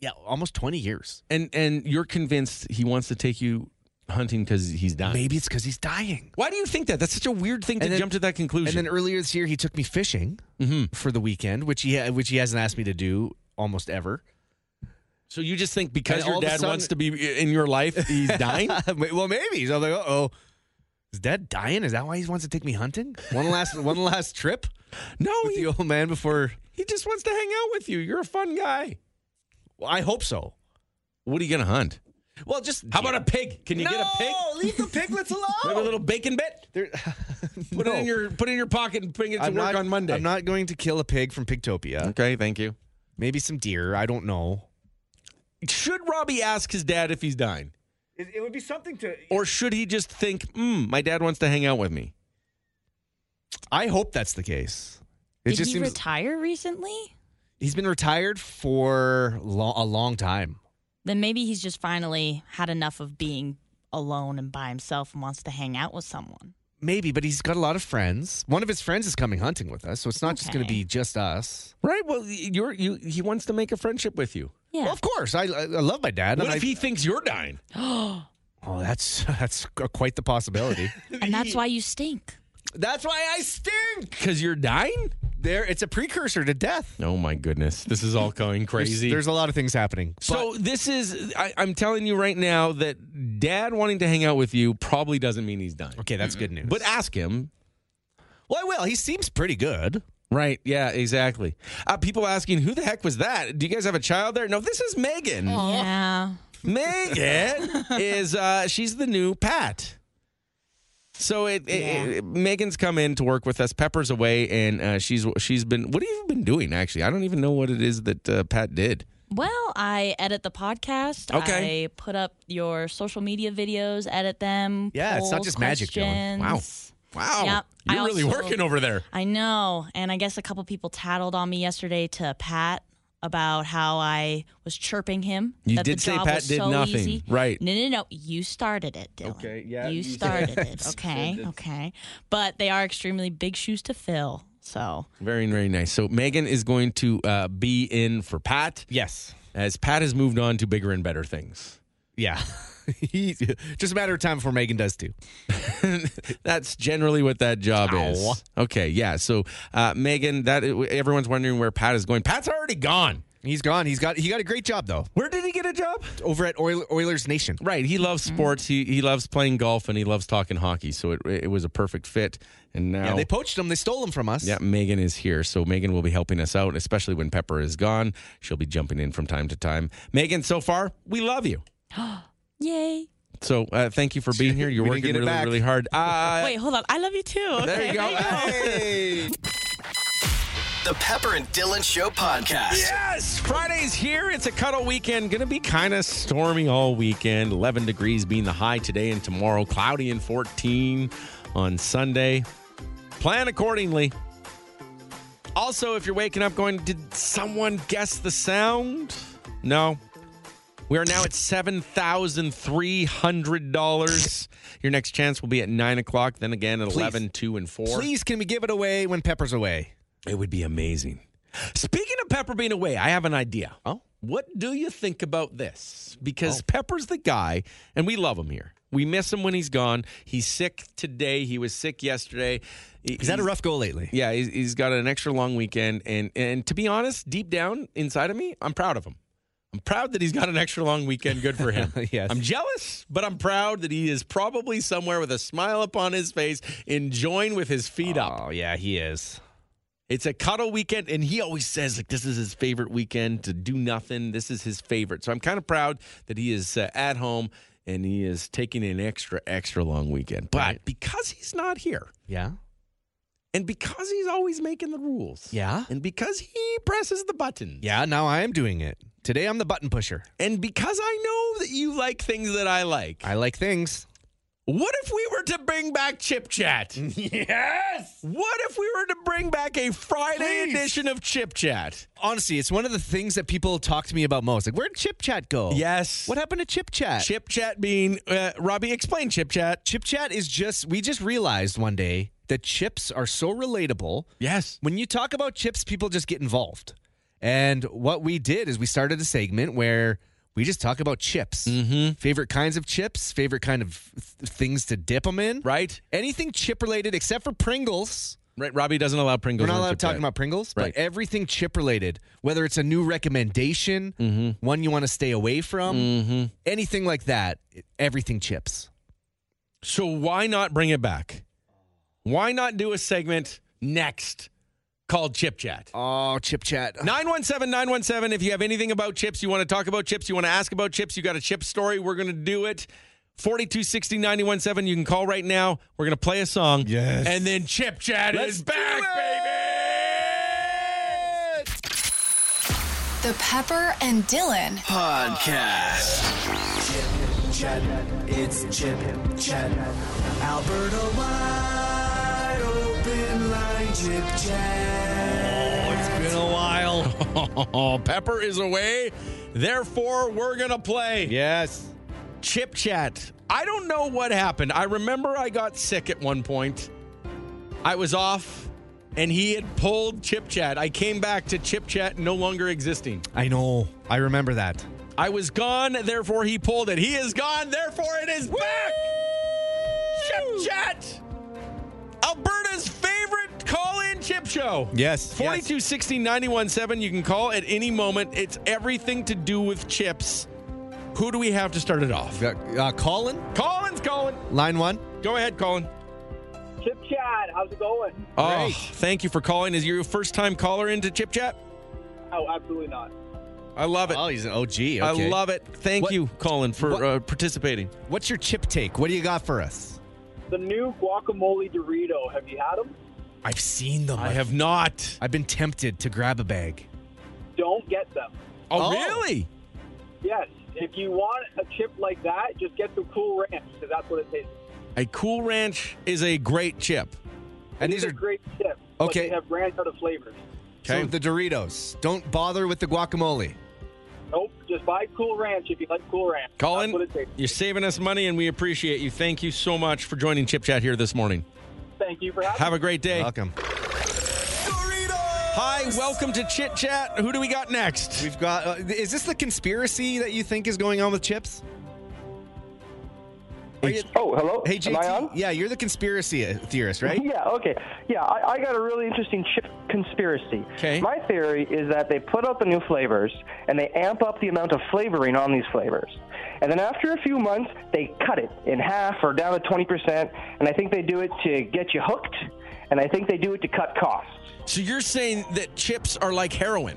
Speaker 2: yeah, almost 20 years.
Speaker 3: And and you're convinced he wants to take you hunting because he's dying.
Speaker 2: Maybe it's because he's dying.
Speaker 3: Why do you think that? That's such a weird thing to
Speaker 2: And then-
Speaker 3: jump to that conclusion.
Speaker 2: And then earlier this year, he took me fishing
Speaker 3: Mm-hmm.
Speaker 2: for the weekend, which he which he hasn't asked me to do almost ever.
Speaker 3: so you just think because
Speaker 2: And
Speaker 3: your
Speaker 2: all of a
Speaker 3: dad
Speaker 2: sudden-
Speaker 3: wants to be in your life, he's
Speaker 2: *laughs*
Speaker 3: dying?
Speaker 2: well, maybe. So I'm like, uh oh, is Dad dying? Is that why he wants to take me hunting? One last one last trip
Speaker 3: *laughs* no,
Speaker 2: with
Speaker 3: he,
Speaker 2: the old man before.
Speaker 3: he just wants to hang out with you. You're a fun guy.
Speaker 2: Well, I hope so.
Speaker 3: What are you going to hunt?
Speaker 2: Well, just
Speaker 3: How about a pig? Can you get a pig?
Speaker 2: No, leave the
Speaker 3: *laughs*
Speaker 2: piglets alone.
Speaker 3: Maybe a little bacon bit?
Speaker 2: *laughs* They're-
Speaker 3: *laughs* Put
Speaker 2: No.
Speaker 3: it in your put it in your pocket and bring it to
Speaker 2: I'm
Speaker 3: work
Speaker 2: not-
Speaker 3: on Monday.
Speaker 2: I'm not going to kill a pig from Pigtopia.
Speaker 3: okay, thank you.
Speaker 2: Maybe some deer. I don't know.
Speaker 3: Should Robbie ask his dad if he's dying?
Speaker 2: It, would be something to.
Speaker 3: Or should he just think, hmm, my dad wants to hang out with me?
Speaker 2: I hope that's the case. It
Speaker 7: Did
Speaker 2: just
Speaker 7: he
Speaker 2: seems
Speaker 7: retire recently?
Speaker 2: he's been retired for lo- a long time.
Speaker 7: Then maybe he's just finally had enough of being alone and by himself and wants to hang out with someone.
Speaker 2: Maybe, but he's got a lot of friends. One of his friends is coming hunting with us, so it's not just going to
Speaker 7: Okay.
Speaker 2: be just us.
Speaker 3: Right? Well, you're you he wants to make a friendship with you.
Speaker 7: Yeah.
Speaker 2: Well, of course, I, I love my dad.
Speaker 3: What
Speaker 2: and
Speaker 3: if
Speaker 2: I-
Speaker 3: he thinks you're dying?
Speaker 2: oh, that's *laughs* that's quite
Speaker 3: *laughs*
Speaker 2: the possibility.
Speaker 7: and that's why you stink.
Speaker 2: that's why I stink.
Speaker 3: Because you're dying?
Speaker 2: There, it's a precursor to death.
Speaker 3: Oh my goodness. This is all going
Speaker 2: There's,
Speaker 3: crazy.
Speaker 2: there's a lot of things happening.
Speaker 3: so this is I, I'm telling you right now that dad wanting to hang out with you probably doesn't mean he's dying.
Speaker 2: okay, that's good news.
Speaker 3: But ask him
Speaker 2: Well, I will. He seems pretty good.
Speaker 3: Right. Yeah. Exactly. Uh, people asking, who the heck was that? Do you guys have a child there? No, this is Megan.
Speaker 7: Yeah.
Speaker 3: Megan
Speaker 7: *laughs*
Speaker 3: is uh, she's the new Pat. So it, it-
Speaker 7: Yeah.
Speaker 3: it- Megan's come in to work with us. Pepper's away, and uh, she's she's been. What have you been doing? Actually, I don't even know what it is that uh, Pat did.
Speaker 7: Well, I edit the podcast.
Speaker 3: Okay.
Speaker 7: I put up your social media videos, edit them.
Speaker 2: Yeah, it's not
Speaker 7: polls,
Speaker 2: just magic, Dylan.
Speaker 3: Wow.
Speaker 7: questions.
Speaker 3: Wow,
Speaker 7: Yep. I
Speaker 3: you're really
Speaker 7: also-
Speaker 3: working over there.
Speaker 7: I know. And I guess a couple people tattled on me yesterday to Pat about how I was chirping him.
Speaker 3: You
Speaker 7: that
Speaker 3: did
Speaker 7: the
Speaker 3: say
Speaker 7: job
Speaker 3: Pat
Speaker 7: was
Speaker 3: did
Speaker 7: so
Speaker 3: nothing.
Speaker 7: easy.
Speaker 3: Right.
Speaker 7: No, no, no. You started it, Dylan.
Speaker 3: Okay, yeah,
Speaker 7: You
Speaker 3: you said- *laughs*
Speaker 7: started it. Okay. Okay. But they are extremely big shoes to fill. So
Speaker 3: Very very nice. So Megan is going to uh, be in for Pat
Speaker 2: Yes.
Speaker 3: as Pat has moved on to bigger and better things.
Speaker 2: Yeah. *laughs* he, just a matter of time before Megan does too.
Speaker 3: That's generally what that job
Speaker 2: Ow.
Speaker 3: is. Okay, yeah. So, uh, Megan, that everyone's wondering where Pat is going. Pat's already gone.
Speaker 2: He's gone. He's got he got a great job though
Speaker 3: Where did he get a job?
Speaker 2: over at Oil, Oilers Nation.
Speaker 3: Right. He loves
Speaker 2: Mm-hmm.
Speaker 3: sports. He he loves playing golf and he loves talking hockey. So it it was a perfect fit. And now
Speaker 2: Yeah, they poached him. They stole him from us.
Speaker 3: Yeah, Megan is here. So Megan will be helping us out, especially when Pepper is gone. She'll be jumping in from time to time. Megan, so far, we love you.
Speaker 7: yay.
Speaker 3: So uh, thank
Speaker 2: *laughs*
Speaker 3: you for being here. You're
Speaker 2: We
Speaker 3: working
Speaker 2: didn't get
Speaker 3: really,
Speaker 2: it back.
Speaker 3: really
Speaker 2: *laughs*
Speaker 3: hard. Uh,
Speaker 7: Wait, hold on. I love you too. Okay.
Speaker 3: there you go. Hey.
Speaker 4: The Pepper and Dylan Show podcast.
Speaker 3: Yes, Friday's here. It's a cuddle weekend. Going to be kind of stormy all weekend. 11 degrees being the high today and tomorrow. Cloudy and 14 on Sunday. Plan accordingly. Also, if you're waking up going, did someone guess the sound? No. We are now at $7,300. Your next chance will be at 9 o'clock, then again at 11, 2, and 4.
Speaker 2: Please, can we give it away when Pepper's away?
Speaker 3: It would be amazing. Speaking of Pepper being away, I have an idea.
Speaker 2: Oh?
Speaker 3: What do you think about this? Because Pepper's the guy, and we love him here. We miss him when he's gone. He's sick today. He was sick yesterday.
Speaker 2: He's had a rough go lately.
Speaker 3: Yeah, he's, he's got an extra long weekend, and and to be honest, deep down inside of me, I'm proud of him. I'm proud that he's got an extra long weekend. Good for him.
Speaker 2: *laughs* Yes.
Speaker 3: I'm jealous, but I'm proud that he is probably somewhere with a smile upon his face, enjoying with his feet up.
Speaker 2: Oh, yeah, he is.
Speaker 3: It's a cuddle weekend, and he always says like this is his favorite weekend to do nothing. This is his favorite. So I'm kind of proud that he is uh, at home and he is taking an extra extra long weekend. But
Speaker 2: Right.
Speaker 3: because he's not here,
Speaker 2: Yeah.
Speaker 3: and because he's always making the rules,
Speaker 2: Yeah.
Speaker 3: and because he presses the buttons,
Speaker 2: Yeah, now I am doing it. Today I'm the button pusher.
Speaker 3: and because I know that you like things that I like,
Speaker 2: I like things.
Speaker 3: what if we were to bring back Chip Chat?
Speaker 2: *laughs* Yes.
Speaker 3: what if we were to bring back a Friday
Speaker 2: Please.
Speaker 3: edition of Chip Chat?
Speaker 2: Honestly, it's one of the things that people talk to me about most. Like, where'd Chip Chat go?
Speaker 3: Yes.
Speaker 2: What happened to Chip Chat?
Speaker 3: Chip Chat being uh, Robbie, explain Chip Chat.
Speaker 2: Chip Chat is just, we just realized one day that chips are so relatable.
Speaker 3: Yes.
Speaker 2: When you talk about chips, people just get involved. And what we did is we started a segment where we just talk about chips mm-hmm. favorite kinds of chips, favorite kind of th- things to dip them in.
Speaker 3: Right?
Speaker 2: Anything chip related except for Pringles.
Speaker 3: Right. Robbie doesn't allow Pringles.
Speaker 2: We're
Speaker 3: on
Speaker 2: not allowed to
Speaker 3: Chip
Speaker 2: talk
Speaker 3: Chat.
Speaker 2: about Pringles,
Speaker 3: Right.
Speaker 2: but everything chip related, whether it's a new recommendation, one you want to stay away from, anything like that, everything chips.
Speaker 3: So why not bring it back? Why not do a segment next called Chip Chat?
Speaker 2: Oh, chip chat.
Speaker 3: 917 917. If you have anything about chips, you want to talk about chips, you want to ask about chips, you got a chip story, we're going to do it. 4260 917. You can call right now. We're going to play a song.
Speaker 2: Yes.
Speaker 3: And then Chip Chat is
Speaker 2: Let's do
Speaker 3: back, baby.
Speaker 1: The Pepper and Dylan
Speaker 4: Podcast.
Speaker 8: Chat, it's Chip Chat. Alberta wide open line Chip Chat.
Speaker 3: It's been a while. Oh, Pepper is away. Therefore, we're going to play
Speaker 2: Yes.
Speaker 3: Chip Chat. I don't know what happened. I remember I got sick at one point. I was off, and he had pulled Chip Chat. I came back to Chip Chat no longer existing.
Speaker 2: I know. I remember that.
Speaker 3: I was gone, therefore, he pulled it. He is gone, therefore, it is back. Chip Chat. Alberta's favorite call in chip show.
Speaker 2: Yes.
Speaker 3: 42 60 91 7. You can call at any moment. It's everything to do with chips. Who do we have to start it off?
Speaker 2: Yes. Uh, uh, Colin,
Speaker 3: Colin's calling.
Speaker 2: line one.
Speaker 3: Go ahead, Colin.
Speaker 9: Chip Chat, how's it going?
Speaker 3: Oh,
Speaker 2: Great.
Speaker 3: thank you for calling. Is your first time caller into Chip Chat?
Speaker 9: Oh, absolutely not.
Speaker 3: I love it.
Speaker 2: Oh, he's an OG.
Speaker 3: I love it. Thank
Speaker 2: What-
Speaker 3: you, Colin,
Speaker 2: what-
Speaker 3: for uh, participating.
Speaker 2: What's your chip take? What do you got for us?
Speaker 9: The new guacamole Dorito, have you had them?
Speaker 2: I've seen them.
Speaker 3: I have not.
Speaker 2: I've been tempted to grab a bag.
Speaker 9: Don't get them.
Speaker 3: Oh,
Speaker 2: Oh.
Speaker 3: really?
Speaker 9: Yes, if you want a chip like that, just get the Cool Ranch because that's what it tastes.
Speaker 3: A Cool Ranch is a great chip.
Speaker 2: And
Speaker 9: These are great chips. but
Speaker 2: Okay.
Speaker 9: they have ran out of flavors.
Speaker 2: so the Doritos. Don't bother with the guacamole.
Speaker 9: Nope, just buy Cool Ranch if you like Cool Ranch.
Speaker 3: Colin,
Speaker 9: that's what it tastes.
Speaker 3: you're saving us money, and we appreciate you. Thank you so much for joining Chip Chat here this morning.
Speaker 9: Thank you for having.
Speaker 3: Have a great day.
Speaker 2: Welcome.
Speaker 3: Hi, welcome to Chit Chat. Who do we got next?
Speaker 2: We've got. Uh, is this the conspiracy that you think is going on with chips? Are you-
Speaker 10: Oh, hello.
Speaker 2: hey, JT.
Speaker 10: Am I on?
Speaker 2: Yeah, you're the conspiracy theorist, right?
Speaker 10: *laughs* Yeah. Okay. Yeah, I, I got a really interesting chip conspiracy.
Speaker 3: 'Kay.
Speaker 10: My theory is that they put out the new flavors and they amp up the amount of flavoring on these flavors, and then after a few months they cut it in half or down to twenty percent, and I think they do it to get you hooked, and I think they do it to cut costs.
Speaker 3: So you're saying that chips are like heroin?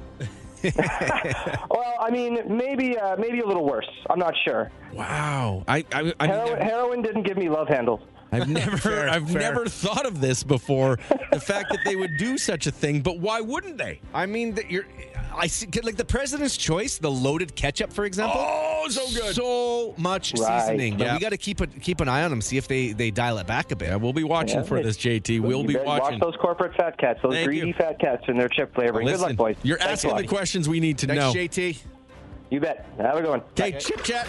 Speaker 10: Well, I mean, maybe uh, maybe a little worse. I'm not sure.
Speaker 3: Wow. I I, I mean,
Speaker 10: Heroin, heroin didn't give me love handles.
Speaker 3: I've never I've never thought of this before. The fact that they would do such a thing, but why wouldn't they?
Speaker 2: I mean, that you're. I see, like the president's choice, the loaded ketchup, for example.
Speaker 3: Oh, so good.
Speaker 2: So much
Speaker 10: Right.
Speaker 2: seasoning. But
Speaker 3: Yeah.
Speaker 2: we got to keep a, keep an eye on them, see if they, they dial it back a bit.
Speaker 3: Yeah, we'll be watching
Speaker 10: Yeah.
Speaker 3: for this, JT. We'll
Speaker 10: You
Speaker 3: be
Speaker 10: better
Speaker 3: watching.
Speaker 10: Watch those corporate fat cats, those
Speaker 3: Thank
Speaker 10: greedy
Speaker 3: you.
Speaker 10: fat cats and their chip flavoring. Good
Speaker 3: Listen,
Speaker 10: luck, boys.
Speaker 3: You're
Speaker 10: Thanks a
Speaker 3: asking
Speaker 10: lot.
Speaker 3: the questions we need to
Speaker 2: Thanks,
Speaker 3: know.
Speaker 2: JT.
Speaker 10: You bet. Have a good one.
Speaker 3: Okay, chip chat.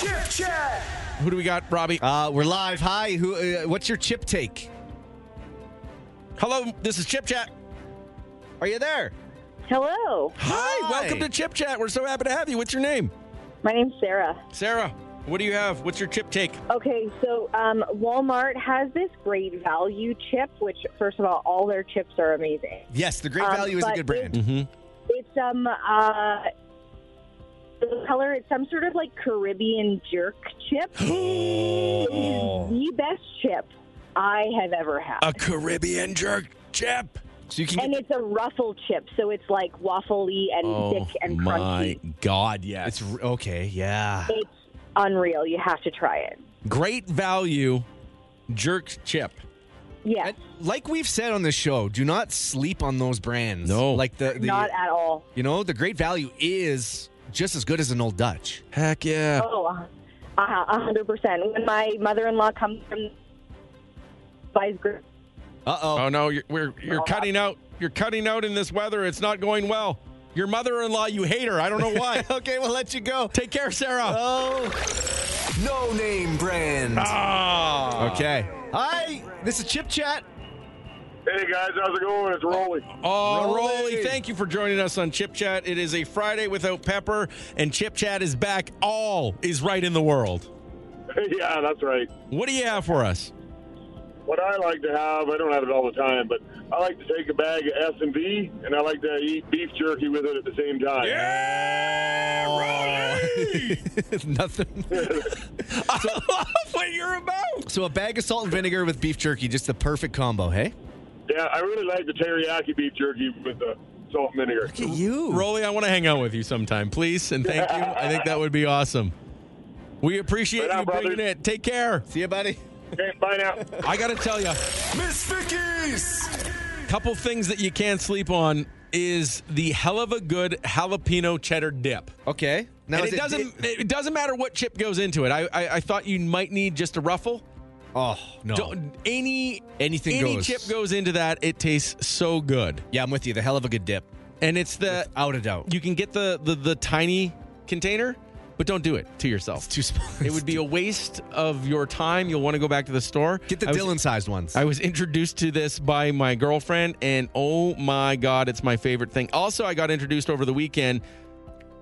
Speaker 11: Chip chat.
Speaker 3: Who do we got, Robbie?
Speaker 2: Uh, we're live. Hi. Who? Uh, what's your chip take?
Speaker 3: Hello, this is Chip Chat.
Speaker 2: Are you there?
Speaker 12: Hello,
Speaker 3: Hi, welcome to Chip Chat. We're so happy to have you. What's your name?
Speaker 12: my name's Sarah.
Speaker 3: Sarah, what do you have? What's your chip take?
Speaker 12: Okay, so um, Walmart has this great value chip, which, first of all, all their chips are amazing.
Speaker 2: Yes, the Great
Speaker 12: Um,
Speaker 2: Value is a
Speaker 12: but
Speaker 2: good brand.
Speaker 3: Mm-hmm.
Speaker 12: It's um uh the color it's some sort of like Caribbean jerk
Speaker 3: *gasps*
Speaker 12: chip. It is the best chip I have ever had.
Speaker 3: Oh. A Caribbean jerk chip.
Speaker 2: So you can.
Speaker 12: and
Speaker 2: Get,
Speaker 12: it's a ruffle chip, so it's like waffly and thick and
Speaker 3: Oh my
Speaker 12: crunchy.
Speaker 3: God, yes.
Speaker 2: it's r- okay. Yeah.
Speaker 12: It's unreal. You have to try it.
Speaker 3: great value jerk chip.
Speaker 12: Yes.
Speaker 2: And like we've said on this show, do not sleep on those brands.
Speaker 3: No.
Speaker 2: Like the, the
Speaker 12: Not at all.
Speaker 2: you know the Great Value is just as good as an old Dutch.
Speaker 3: Heck yeah.
Speaker 12: Oh, uh, uh, a hundred percent. When my mother-in-law comes from buys group,
Speaker 2: Uh oh.
Speaker 3: Oh no, you're we're, you're cutting out. You're cutting out in this weather. It's not going well. Your mother-in-law, you hate her. I don't know why.
Speaker 2: *laughs* okay, we'll let you go.
Speaker 3: Take care, Sarah.
Speaker 2: Oh.
Speaker 11: No name brand.
Speaker 3: Ah.
Speaker 2: Okay. Hi. This is
Speaker 3: *laughs*
Speaker 2: Chip Chat. *laughs*
Speaker 13: Hey guys, how's it going? It's Rolly. *laughs*
Speaker 3: Oh,
Speaker 2: Rolly.
Speaker 3: Rolly, thank you for joining us on Chip Chat. It is a Friday without pepper, and Chip Chat is back. All is right in the world.
Speaker 13: yeah, that's right.
Speaker 3: What do you have for us?
Speaker 13: What I like to have, I don't have it all the time, but I like to take a bag of S and V, and I like to eat beef jerky with it at the same time.
Speaker 3: Yeah, *laughs*
Speaker 2: Nothing.
Speaker 3: I love *laughs* what you're about.
Speaker 2: So a bag of salt and vinegar with beef jerky, just the perfect combo. Hey.
Speaker 13: Yeah, I really like the teriyaki beef jerky with the salt and vinegar.
Speaker 2: Look at you.
Speaker 3: Rolly, I want to hang out with you sometime, please, and thank you. I think that would be awesome. We appreciate
Speaker 13: Right on,
Speaker 3: you bringing
Speaker 13: brother.
Speaker 3: it. Take care.
Speaker 2: See you, buddy.
Speaker 13: Okay, bye now.
Speaker 3: I got to tell you,
Speaker 11: Miss Vicky's.
Speaker 3: couple things that you can't sleep on is the hell of a good jalapeno cheddar dip.
Speaker 2: Okay. Now
Speaker 3: and
Speaker 2: is
Speaker 3: it doesn't it, doesn't matter what chip goes into it. I, I I thought you might need just a ruffle.
Speaker 2: Oh no.
Speaker 3: Don't, any
Speaker 2: Anything
Speaker 3: any
Speaker 2: goes.
Speaker 3: chip goes into that. It tastes so good,
Speaker 2: Yeah, I'm with you. The hell of a good dip, Uh,
Speaker 3: and it's the
Speaker 2: out of doubt.
Speaker 3: you can get the the, the tiny container, but don't do it to yourself.
Speaker 2: It's too small.
Speaker 3: It would be a waste of your time. You'll want to go back to the store.
Speaker 2: *laughs* Get the
Speaker 3: I was-
Speaker 2: Dylan-sized ones.
Speaker 3: I was introduced to this by my girlfriend, and oh my God, it's my favorite thing. Also, I got introduced over the weekend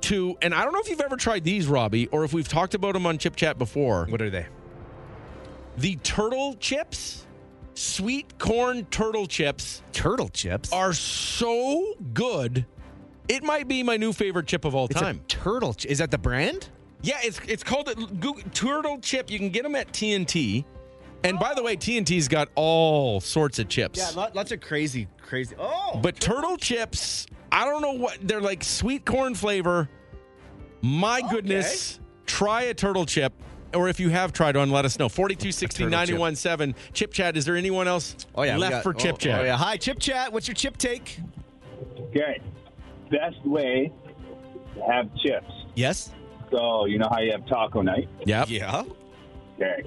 Speaker 3: to, and I don't know if you've ever tried these, Robbie, or if we've talked about them on Chip Chat before.
Speaker 2: what are they?
Speaker 3: The turtle chips, sweet corn turtle chips,
Speaker 2: Turtle chips.
Speaker 3: are so good. It might be my new favorite chip of all
Speaker 2: It's a
Speaker 3: time.
Speaker 2: turtle. Ch- is that the brand?
Speaker 3: Yeah, it's it's called a Google, turtle chip. You can get them at TNT. And by the way, TNT's got all sorts of chips.
Speaker 2: lots of crazy, crazy. Oh,
Speaker 3: But turtle chips, I don't know what they're like sweet corn flavor. My goodness. Try a turtle chip. Or if you have tried one, let us know. 4260 Chip Chat, is there anyone else
Speaker 2: oh yeah, we
Speaker 3: left
Speaker 2: got-
Speaker 3: for Chip
Speaker 2: oh,
Speaker 3: Chat?
Speaker 2: Oh, yeah. Hi, Chip Chat. What's your chip take?
Speaker 14: Okay. Best way to have chips.
Speaker 2: Yes.
Speaker 14: So you know how you have taco night.
Speaker 3: Yep.
Speaker 2: Yeah.
Speaker 14: Okay.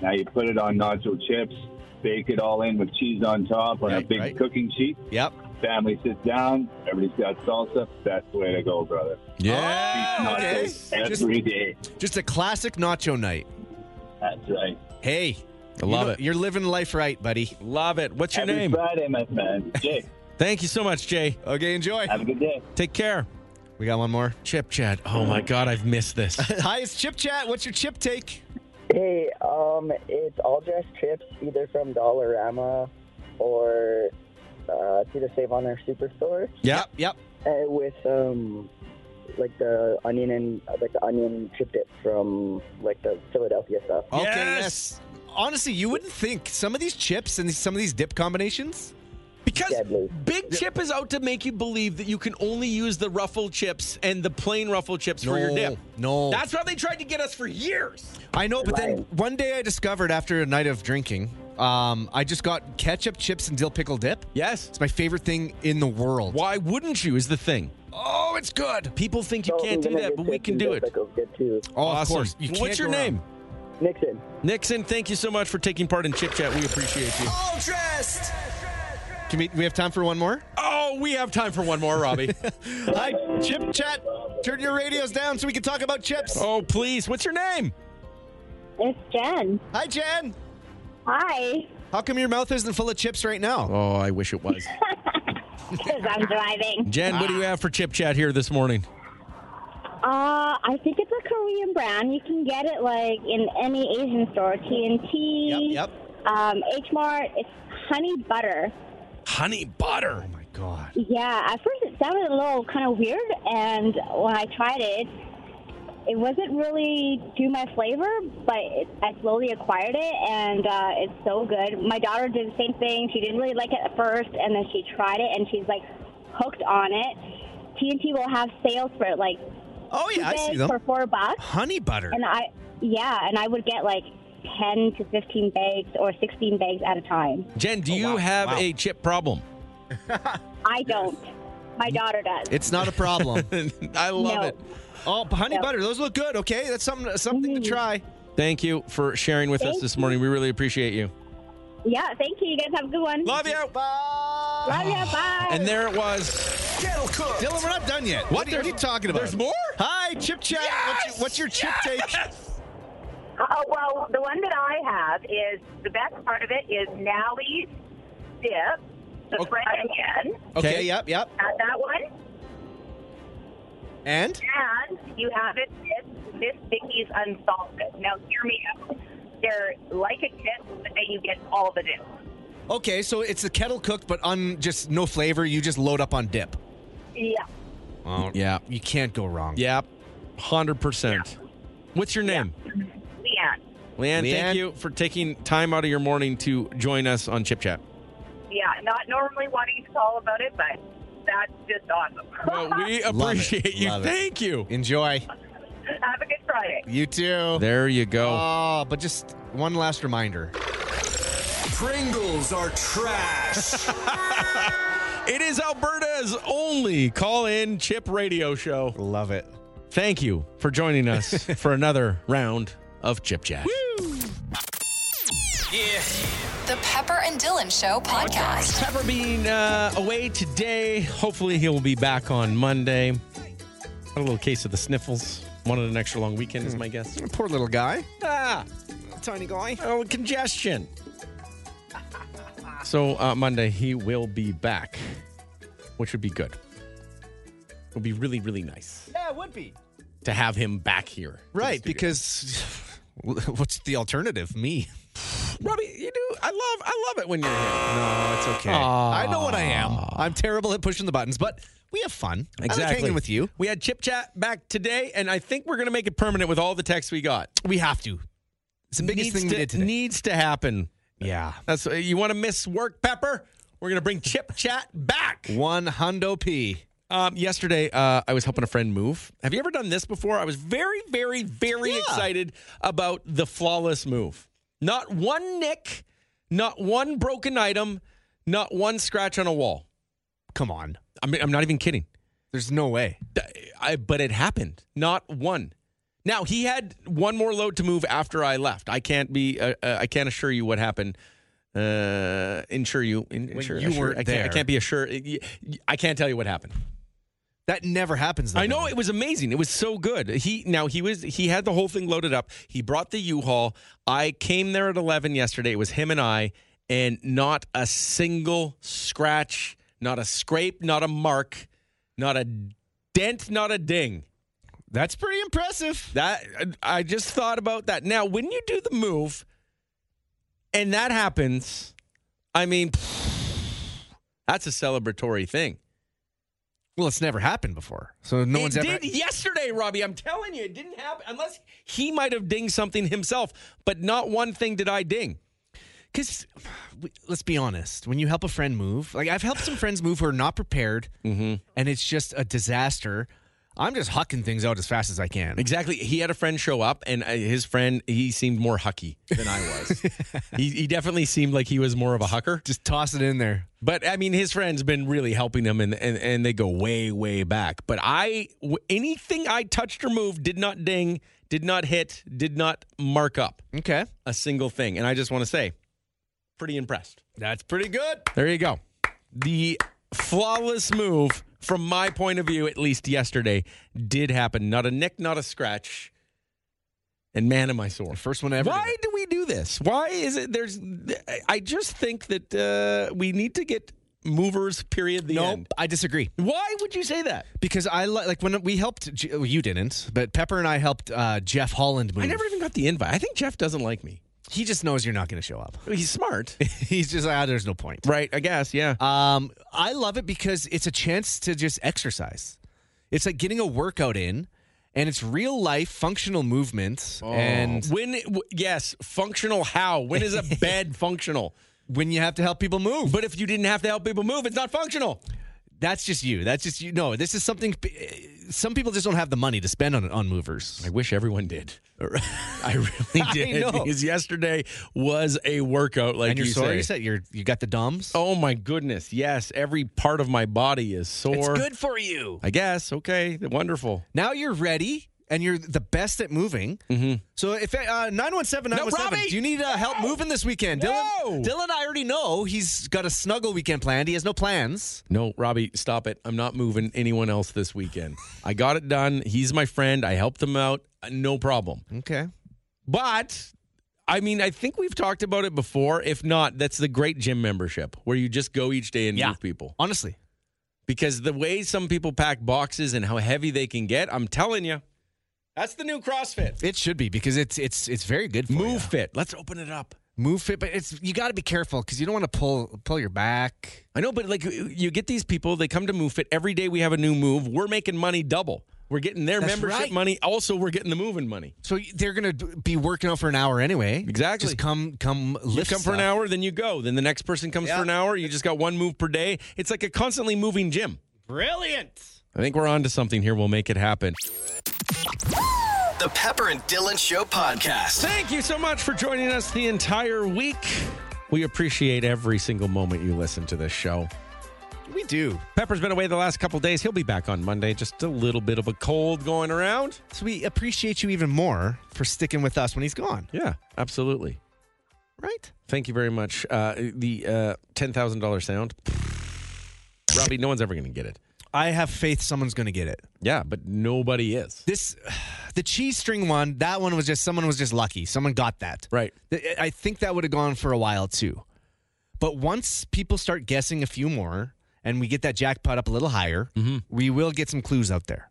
Speaker 14: Now you put it on nacho chips, bake it all in with cheese on top on a
Speaker 2: Right,
Speaker 14: big
Speaker 2: right.
Speaker 14: cooking sheet.
Speaker 2: Yep.
Speaker 14: Family sits down, everybody's got salsa. That's the way to go, brother.
Speaker 3: Yeah.
Speaker 2: Oh, okay.
Speaker 14: Nachos every day.
Speaker 2: Just- Just a classic nacho night.
Speaker 14: That's right.
Speaker 2: Hey,
Speaker 3: I
Speaker 2: you
Speaker 3: love
Speaker 2: know-
Speaker 3: it.
Speaker 2: You're living life right, buddy.
Speaker 3: Love it. What's your
Speaker 14: every
Speaker 3: name?
Speaker 14: Friday, my friend. Jay,
Speaker 3: Thank you so much, Jay.
Speaker 2: Okay, enjoy.
Speaker 14: have a good day.
Speaker 3: Take care.
Speaker 2: We got one more.
Speaker 3: Chip Chat. Oh my God, I've missed
Speaker 2: *laughs*
Speaker 3: this.
Speaker 2: Hi, it's Chip Chat. What's your chip take?
Speaker 15: Hey, um, it's all dressed chips either from Dollarama or uh, it's either Save On or Superstore
Speaker 3: yep.
Speaker 2: Yep.
Speaker 15: uh, with um, like the onion and like the onion chip dip from like the Philadelphia stuff.
Speaker 2: Okay,
Speaker 3: Yes.
Speaker 2: yes. Honestly, you wouldn't think some of these chips and some of these dip combinations
Speaker 3: Because Big Chip is out to make you believe that you can only use the ruffle chips and the plain ruffle chips for your
Speaker 2: No,
Speaker 3: dip.
Speaker 2: no.
Speaker 3: That's how they tried to get us for years.
Speaker 2: I know, but then one day I discovered after a night of drinking, um, I just got ketchup chips and dill pickle dip.
Speaker 3: Yes.
Speaker 2: It's my favorite thing in the world.
Speaker 3: Why wouldn't you? Is the thing. Oh, it's good. People think you can't do that, but we can do it.
Speaker 2: Oh, of
Speaker 3: Awesome.
Speaker 2: course. You can't
Speaker 3: What's your
Speaker 2: go
Speaker 3: name?
Speaker 2: wrong.
Speaker 3: Nixon. Nixon, thank you so much for taking part in Chip Chat. We appreciate you.
Speaker 16: All dressed.
Speaker 2: Can we, we have time for one more?
Speaker 3: Oh, we have time for one
Speaker 17: *laughs*
Speaker 3: more, Robbie.
Speaker 2: Uh, Hi, Chip Chat. Turn your radios down so we can talk about chips.
Speaker 3: Oh, please. What's your name?
Speaker 17: It's Jen.
Speaker 2: Hi, Jen.
Speaker 3: *laughs*
Speaker 17: Hi.
Speaker 2: How come your mouth isn't full of chips right now?
Speaker 3: Oh, I wish it was.
Speaker 17: Because I'm driving.
Speaker 3: Jen, what do you have for Chip Chat here this morning?
Speaker 17: Uh, I think it's a Korean brand. You can get it like in any Asian store, TNT,
Speaker 2: yep,
Speaker 17: Um, H Mart. It's honey butter.
Speaker 3: Honey butter.
Speaker 2: Oh, my God.
Speaker 17: Yeah, at first it sounded a little kind of weird, and when I tried it, it wasn't really to my flavor, but it, I slowly acquired it, and uh, it's so good. My daughter did the same thing. She didn't really like it at first, and then she tried it, and she's like hooked on it. TNT will have sales for like
Speaker 2: oh
Speaker 17: two
Speaker 2: yeah, I see
Speaker 17: bags
Speaker 2: them.
Speaker 17: for four bucks,
Speaker 2: Honey butter.
Speaker 17: and I yeah, and I would get like ten to fifteen bags or sixteen bags at a time.
Speaker 3: Jen, do you
Speaker 17: Oh, wow,
Speaker 3: have
Speaker 17: wow.
Speaker 3: a chip problem? *laughs*
Speaker 17: I don't. My daughter does.
Speaker 2: It's not a *laughs* problem.
Speaker 3: I love
Speaker 17: No.
Speaker 3: it.
Speaker 2: Oh, honey
Speaker 17: No.
Speaker 2: butter. Those look good. Okay, that's something something to try.
Speaker 3: Thank you for sharing with us
Speaker 17: Thank
Speaker 3: this morning. We really appreciate you.
Speaker 17: Yeah, thank you. You guys have a good one.
Speaker 3: Love you.
Speaker 2: Bye.
Speaker 17: Love you. Bye.
Speaker 3: And there it was.
Speaker 16: Kettle cooked.
Speaker 2: Dylan, we're not done yet. What, are, you- what are you talking about?
Speaker 3: There's more?
Speaker 2: Hi, Chip Chat. What's, your, what's your chip take?
Speaker 12: Uh, well, the one that I have is the best part of it is Nally's dip, the
Speaker 2: Okay.
Speaker 12: French onion,
Speaker 2: Okay,
Speaker 3: Okay.
Speaker 2: yep, yep.
Speaker 12: add that one,
Speaker 2: And?
Speaker 12: and you have it with Miss Vicky's unsalted. Now, hear me out. They're like a chip, but then you get all the dip.
Speaker 2: Okay, so it's the kettle cooked, but un, just no flavor. You just load up on dip.
Speaker 12: Yeah.
Speaker 3: Yeah.
Speaker 2: You can't go wrong.
Speaker 3: Yep. 100%. What's your name?
Speaker 12: Leanne.
Speaker 3: Leanne,
Speaker 2: Leanne.
Speaker 3: thank you for taking time out of your morning to join us on Chip Chat.
Speaker 12: Yeah, not normally wanting to call about it, but that's just awesome.
Speaker 3: Well,
Speaker 12: *laughs*
Speaker 3: we
Speaker 2: Love it,
Speaker 3: appreciate you.
Speaker 2: love it.
Speaker 3: Thank you.
Speaker 2: Enjoy.
Speaker 12: have a good Friday.
Speaker 2: You too.
Speaker 3: There you go.
Speaker 2: Oh, but just one last reminder.
Speaker 16: Pringles
Speaker 4: *laughs*
Speaker 16: are trash.
Speaker 3: It is Alberta's only call in chip radio show.
Speaker 2: Love it.
Speaker 3: Thank you for joining *laughs* us for another round of Chip Chat.
Speaker 1: The Pepper and Dylan Show podcast.
Speaker 3: Pepper being uh, away today. Hopefully, he'll be back on Monday. Had a little case of the sniffles. Wanted an extra long weekend, is my guess.
Speaker 2: Poor little guy.
Speaker 3: Ah,
Speaker 2: Tiny guy.
Speaker 3: oh, congestion. So uh, Monday he will be back, which would be good. It would be really, really nice
Speaker 2: Yeah, it would be.
Speaker 3: to have him back here. to the
Speaker 2: Right,
Speaker 3: studio.
Speaker 2: because
Speaker 3: *laughs*
Speaker 2: what's the alternative? Me.
Speaker 3: Robbie, you do. I love, I love it when you're here.
Speaker 2: No, it's okay. I know what I am.
Speaker 3: Ah.
Speaker 2: I'm terrible at pushing the buttons, but we have fun. I like hanging with you.
Speaker 3: We had chip chat back today, and I think we're gonna make it permanent with all the texts we got.
Speaker 2: We have to. It's the biggest
Speaker 3: needs
Speaker 2: thing
Speaker 3: to,
Speaker 2: we did today.
Speaker 3: needs to happen.
Speaker 2: yeah.
Speaker 3: That's uh, you want to miss work, Pepper. We're gonna bring chip chat back.
Speaker 2: One hundo P.
Speaker 3: Um, yesterday, uh, I was helping a friend move. Have you ever done this before? I was very, very, very
Speaker 2: Yeah.
Speaker 3: excited about the flawless move. Not one nick, not one broken item, not one scratch on a wall.
Speaker 2: Come on.
Speaker 3: I mean, I'm not even kidding.
Speaker 2: There's no way.
Speaker 3: I, but it happened. Not one. Now he had one more load to move after I left. I can't be. Uh, uh, I can't assure you what happened. Uh, insure you. in- Insure,
Speaker 2: you
Speaker 3: assure-
Speaker 2: weren't
Speaker 3: I can't, I
Speaker 2: there.
Speaker 3: can't be assured. I can't tell you what happened.
Speaker 2: That never happens.
Speaker 3: I know it was amazing. It was so good. He now he was he had the whole thing loaded up. He brought the U-Haul. I came there at 11 yesterday. It was him and I and not a single scratch, not a scrape, not a mark, not a dent, not a ding.
Speaker 2: That's pretty impressive.
Speaker 3: That I just thought about that. Now, when you do the move and that happens, I mean that's a celebratory thing.
Speaker 2: Well, it's never happened before. So no
Speaker 3: it
Speaker 2: one's
Speaker 3: did
Speaker 2: ever.
Speaker 3: yesterday, Robbie. I'm telling you, it didn't happen unless he might have dinged something himself. But not one thing did I ding.
Speaker 2: because let's be honest, when you help a friend move, like I've helped some friends move who are not prepared,
Speaker 3: Mm-hmm.
Speaker 2: and it's just a disaster. I'm just hucking things out as fast as I can.
Speaker 3: Exactly. He had a friend show up, and uh, his friend he seemed more *laughs* hucky than I was. he, he definitely seemed like he was more of a hucker.
Speaker 2: *laughs* Just toss it in there.
Speaker 3: But I mean, his friend's been really helping him, and and, and they go way way back. But I w- anything I touched or moved did not ding, did not hit, did not mark up.
Speaker 2: Okay.
Speaker 3: A single thing, and I just want to say, pretty impressed.
Speaker 2: That's pretty good.
Speaker 3: There you go. The flawless move, from my point of view, at least yesterday, did happen. Not a nick, not a scratch. And man, am I sore.
Speaker 2: First one ever. to
Speaker 3: Why do we do this? Why is it there's. I just think that uh, we need to get movers, period, the
Speaker 2: Nope,
Speaker 3: end.
Speaker 2: I disagree.
Speaker 3: Why would you say that?
Speaker 2: Because I li- like when we helped. J- well, you didn't, but Pepper and I helped uh, Jeff Holland move.
Speaker 3: I never even got the invite. I think Jeff doesn't like me.
Speaker 2: He just knows you're not going to show up. *laughs*
Speaker 3: He's smart. Oh.
Speaker 2: He's just like, ah, there's no point.
Speaker 3: *laughs* right, I guess, yeah.
Speaker 2: Um, I love it because it's a chance to just exercise. It's like getting a workout in, and it's real life functional movement.
Speaker 3: Oh.
Speaker 2: And
Speaker 3: when, w- yes, functional how? When *laughs* is a bed functional?
Speaker 2: when you have to help people move,
Speaker 3: But if you didn't have to help people move, it's not functional.
Speaker 2: that's just you. That's just you. No, this is something. Some people just don't have the money to spend on on movers.
Speaker 3: I wish everyone did. *laughs* I really
Speaker 2: I
Speaker 3: did.
Speaker 2: know.
Speaker 3: Because yesterday was a workout, like
Speaker 2: and you're
Speaker 3: you
Speaker 2: sorry you
Speaker 3: say.
Speaker 2: said you're you got the dumbs.
Speaker 3: Oh my goodness! Yes, every part of my body is sore.
Speaker 2: it's good for you.
Speaker 3: I guess. Okay, wonderful.
Speaker 2: Now you're ready and you're the best at moving. So if uh, 917 917,
Speaker 3: Robbie!
Speaker 2: do you need uh, help moving this weekend?
Speaker 3: No!
Speaker 2: Dylan, Dylan, I already know he's got a snuggle weekend planned. He has no plans.
Speaker 3: No, Robbie, stop it. I'm not moving anyone else this weekend. I got it done. He's my friend. I helped him out. Uh, No problem.
Speaker 2: Okay.
Speaker 3: But I mean, I think we've talked about it before. If not, that's the great gym membership where you just go each day and
Speaker 2: Yeah.
Speaker 3: move people.
Speaker 2: Honestly,
Speaker 3: because the way some people pack boxes and how heavy they can get, I'm telling you, that's the new CrossFit.
Speaker 2: it should be because it's it's it's very good for
Speaker 3: Move
Speaker 2: ya.
Speaker 3: fit. Let's open it up.
Speaker 2: Move fit, but it's you got to be careful because you don't want to pull pull your back.
Speaker 3: I know, but like you get these people, they come to Move Fit every day. We have a new move. We're making money double. We're getting their
Speaker 2: That's
Speaker 3: membership
Speaker 2: right.
Speaker 3: money. Also, we're getting the moving money.
Speaker 2: So they're gonna d- be working out for an hour anyway.
Speaker 3: Exactly.
Speaker 2: Just come come
Speaker 3: You
Speaker 2: lift
Speaker 3: come for an
Speaker 2: stuff.
Speaker 3: hour, then you go. Then the next person comes for an hour. You just got one move per day. It's like a constantly moving gym.
Speaker 2: Brilliant.
Speaker 3: I think we're on to something here. We'll make it happen.
Speaker 4: The Pepper and Dylan Show Podcast.
Speaker 3: Thank you so much for joining us the entire week. We appreciate every single moment you listen to this show.
Speaker 2: We do.
Speaker 3: Pepper's been away the last couple days. He'll be back on Monday. Just a little bit of a cold going around.
Speaker 2: So we appreciate you even more for sticking with us when he's gone.
Speaker 3: Yeah, absolutely.
Speaker 2: Right.
Speaker 3: Thank you very much. Uh, the uh, ten thousand dollars sound, Robbie. No one's ever going to get it.
Speaker 2: I have faith someone's gonna get it.
Speaker 3: Yeah, but nobody is.
Speaker 2: this the cheese string one that one was just someone was just lucky someone got that
Speaker 3: Right.
Speaker 2: Th- i think that would have gone for a while too but once people start guessing a few more and we get that jackpot up a little higher we will get some clues out there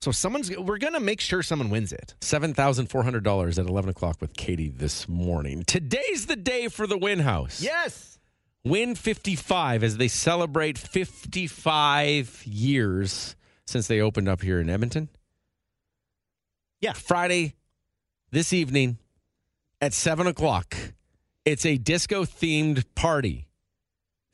Speaker 2: so someone's we're gonna make sure someone wins it
Speaker 3: Seven thousand four hundred dollars at eleven o'clock with Katie this morning. Today's the day for the Win House.
Speaker 2: yes
Speaker 3: Win 55 as they celebrate 55 years since they opened up here in Edmonton. Yeah. Friday, this evening at 7 o'clock, it's a disco themed party.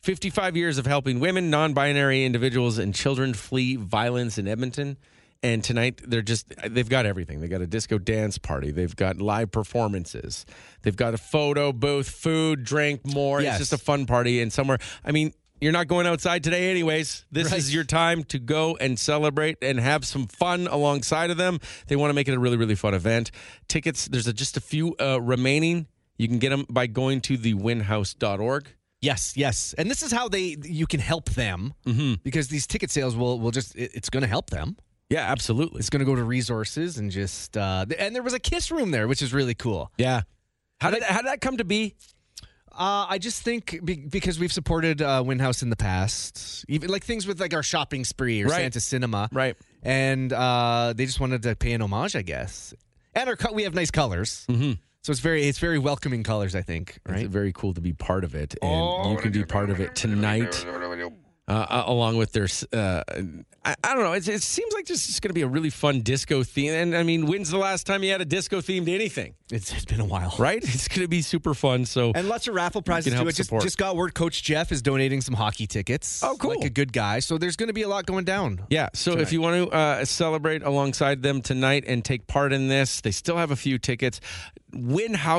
Speaker 3: 55 years of helping women, non binary individuals, and children flee violence in Edmonton. And tonight, they're just, they've got everything. They've got a disco dance party. They've got live performances. They've got a photo booth, food, drink, more.
Speaker 2: Yes.
Speaker 3: It's just a fun party and somewhere. I mean, you're not going outside today, anyways. This
Speaker 2: Right.
Speaker 3: is your time to go and celebrate and have some fun alongside of them. They want to make it a really, really fun event. Tickets, there's a, just a few uh, remaining. You can get them by going to thewinhouse.org.
Speaker 2: yes yes and this is how they you can help them because these ticket sales will will just it- it's gonna help them
Speaker 3: Yeah, absolutely.
Speaker 2: it's gonna go to resources and just uh th- and there was a kiss room there which is really cool
Speaker 3: Yeah. How did, how did that come to be?
Speaker 2: Uh, I just think be- because we've supported uh, Winhouse in the past, even like things with like our shopping spree or
Speaker 3: Right.
Speaker 2: Santa Cinema,
Speaker 3: Right.
Speaker 2: And uh, they just wanted to pay an homage, I guess. And our co- we have nice colors, mm-hmm. so it's very it's very welcoming colors, I think. Right?
Speaker 3: It's very cool to be part of it, and you can be part of it tonight uh, along with their. s- Uh, I, I don't know. It's, it seems like this is going to be a really fun disco theme. And I mean, when's the last time you had a disco themed anything?
Speaker 2: It's, it's been a while,
Speaker 3: right? *laughs* It's going to be super fun. So
Speaker 2: And lots of raffle prizes
Speaker 3: can
Speaker 2: too.
Speaker 3: help
Speaker 2: I just,
Speaker 3: support.
Speaker 2: just got word Coach Jeff is donating some hockey tickets. Oh, cool. Like a good guy. So there's going to be a lot going down.
Speaker 3: Yeah. So if
Speaker 2: Tonight.
Speaker 3: you want to uh, celebrate alongside them tonight and take part in this, they still have a few tickets.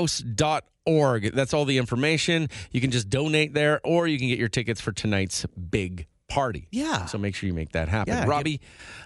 Speaker 3: Winhouse.org. That's all the information. You can just donate there or you can get your tickets for tonight's big party.
Speaker 2: Yeah.
Speaker 3: So make sure you make that happen.
Speaker 2: Yeah,
Speaker 3: Robbie,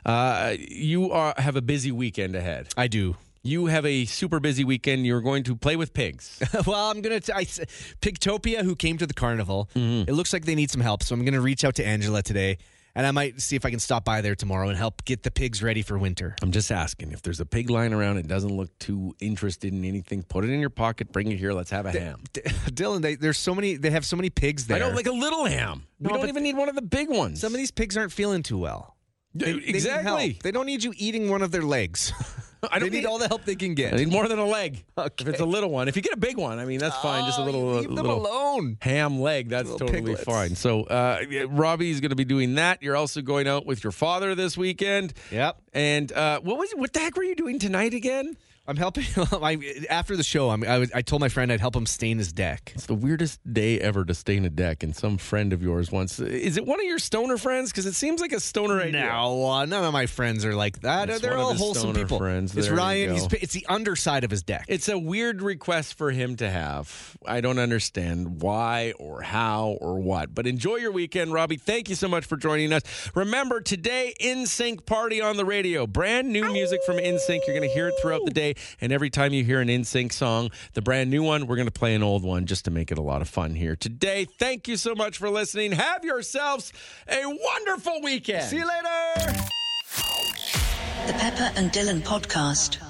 Speaker 3: uh, you are have a busy weekend ahead.
Speaker 2: I do.
Speaker 3: You have a super busy weekend. You're going to play with
Speaker 2: *laughs*
Speaker 3: pigs.
Speaker 2: well, I'm gonna. T- I, s- Pigtopia, who came to the carnival, it looks like they need some help. So I'm gonna reach out to Angela today, and I might see if I can stop by there tomorrow and help get the pigs ready for winter.
Speaker 3: I'm just asking if there's a pig lying around and doesn't look too interested in anything, put it in your pocket, bring it here, let's have a ham.
Speaker 2: D- *laughs* Dylan, they, there's so many. They have so many pigs there.
Speaker 3: I don't like a little ham.
Speaker 2: No,
Speaker 3: we don't
Speaker 2: but
Speaker 3: even need one of the big ones.
Speaker 2: Some of these pigs aren't feeling too well. They- they need help.
Speaker 3: exactly.
Speaker 2: They don't need you eating one of their legs.
Speaker 3: *laughs* I
Speaker 2: *laughs* they
Speaker 3: don't
Speaker 2: need,
Speaker 3: need-
Speaker 2: all the help they can get.
Speaker 3: I need more than a
Speaker 2: *laughs*
Speaker 3: leg. If it's a little one, if you get a big one, I mean that's fine. Just a little,
Speaker 2: Oh,
Speaker 3: uh,
Speaker 2: leave them
Speaker 3: little
Speaker 2: alone.
Speaker 3: ham leg. That's
Speaker 2: Little
Speaker 3: totally
Speaker 2: piglets.
Speaker 3: fine. So uh, yeah, Robbie's going to be doing that. You're also going out with your father this weekend.
Speaker 2: Yep.
Speaker 3: And uh, what was what the heck were you doing tonight again?
Speaker 2: I'm helping. *laughs* I, after the show, I'm, I, was- I told my friend I'd help him stain his deck.
Speaker 3: It's the weirdest day ever to stain a deck, and some friend of yours once. Is it one of your stoner friends? Because it seems like a stoner idea.
Speaker 2: No, uh, none of my friends are like that.
Speaker 3: It's
Speaker 2: They're
Speaker 3: one of
Speaker 2: all
Speaker 3: his
Speaker 2: wholesome
Speaker 3: stoner
Speaker 2: people.
Speaker 3: friends.
Speaker 2: It's
Speaker 3: There you
Speaker 2: Ryan. He's,
Speaker 3: go.
Speaker 2: pi- it's the underside of his deck.
Speaker 3: It's a weird request for him to have. I don't understand why or how or what. But enjoy your weekend, Robbie. Thank you so much for joining us. Remember, today, InSync Party on the Radio. Brand new music from InSync. You're going to hear it throughout the day. And every time you hear an InSync song, the brand new one, we're going to play an old one just to make it a lot of fun here today. Thank you so much for listening. Have yourselves a wonderful weekend.
Speaker 2: later.
Speaker 18: The Pepper and Dylan Podcast.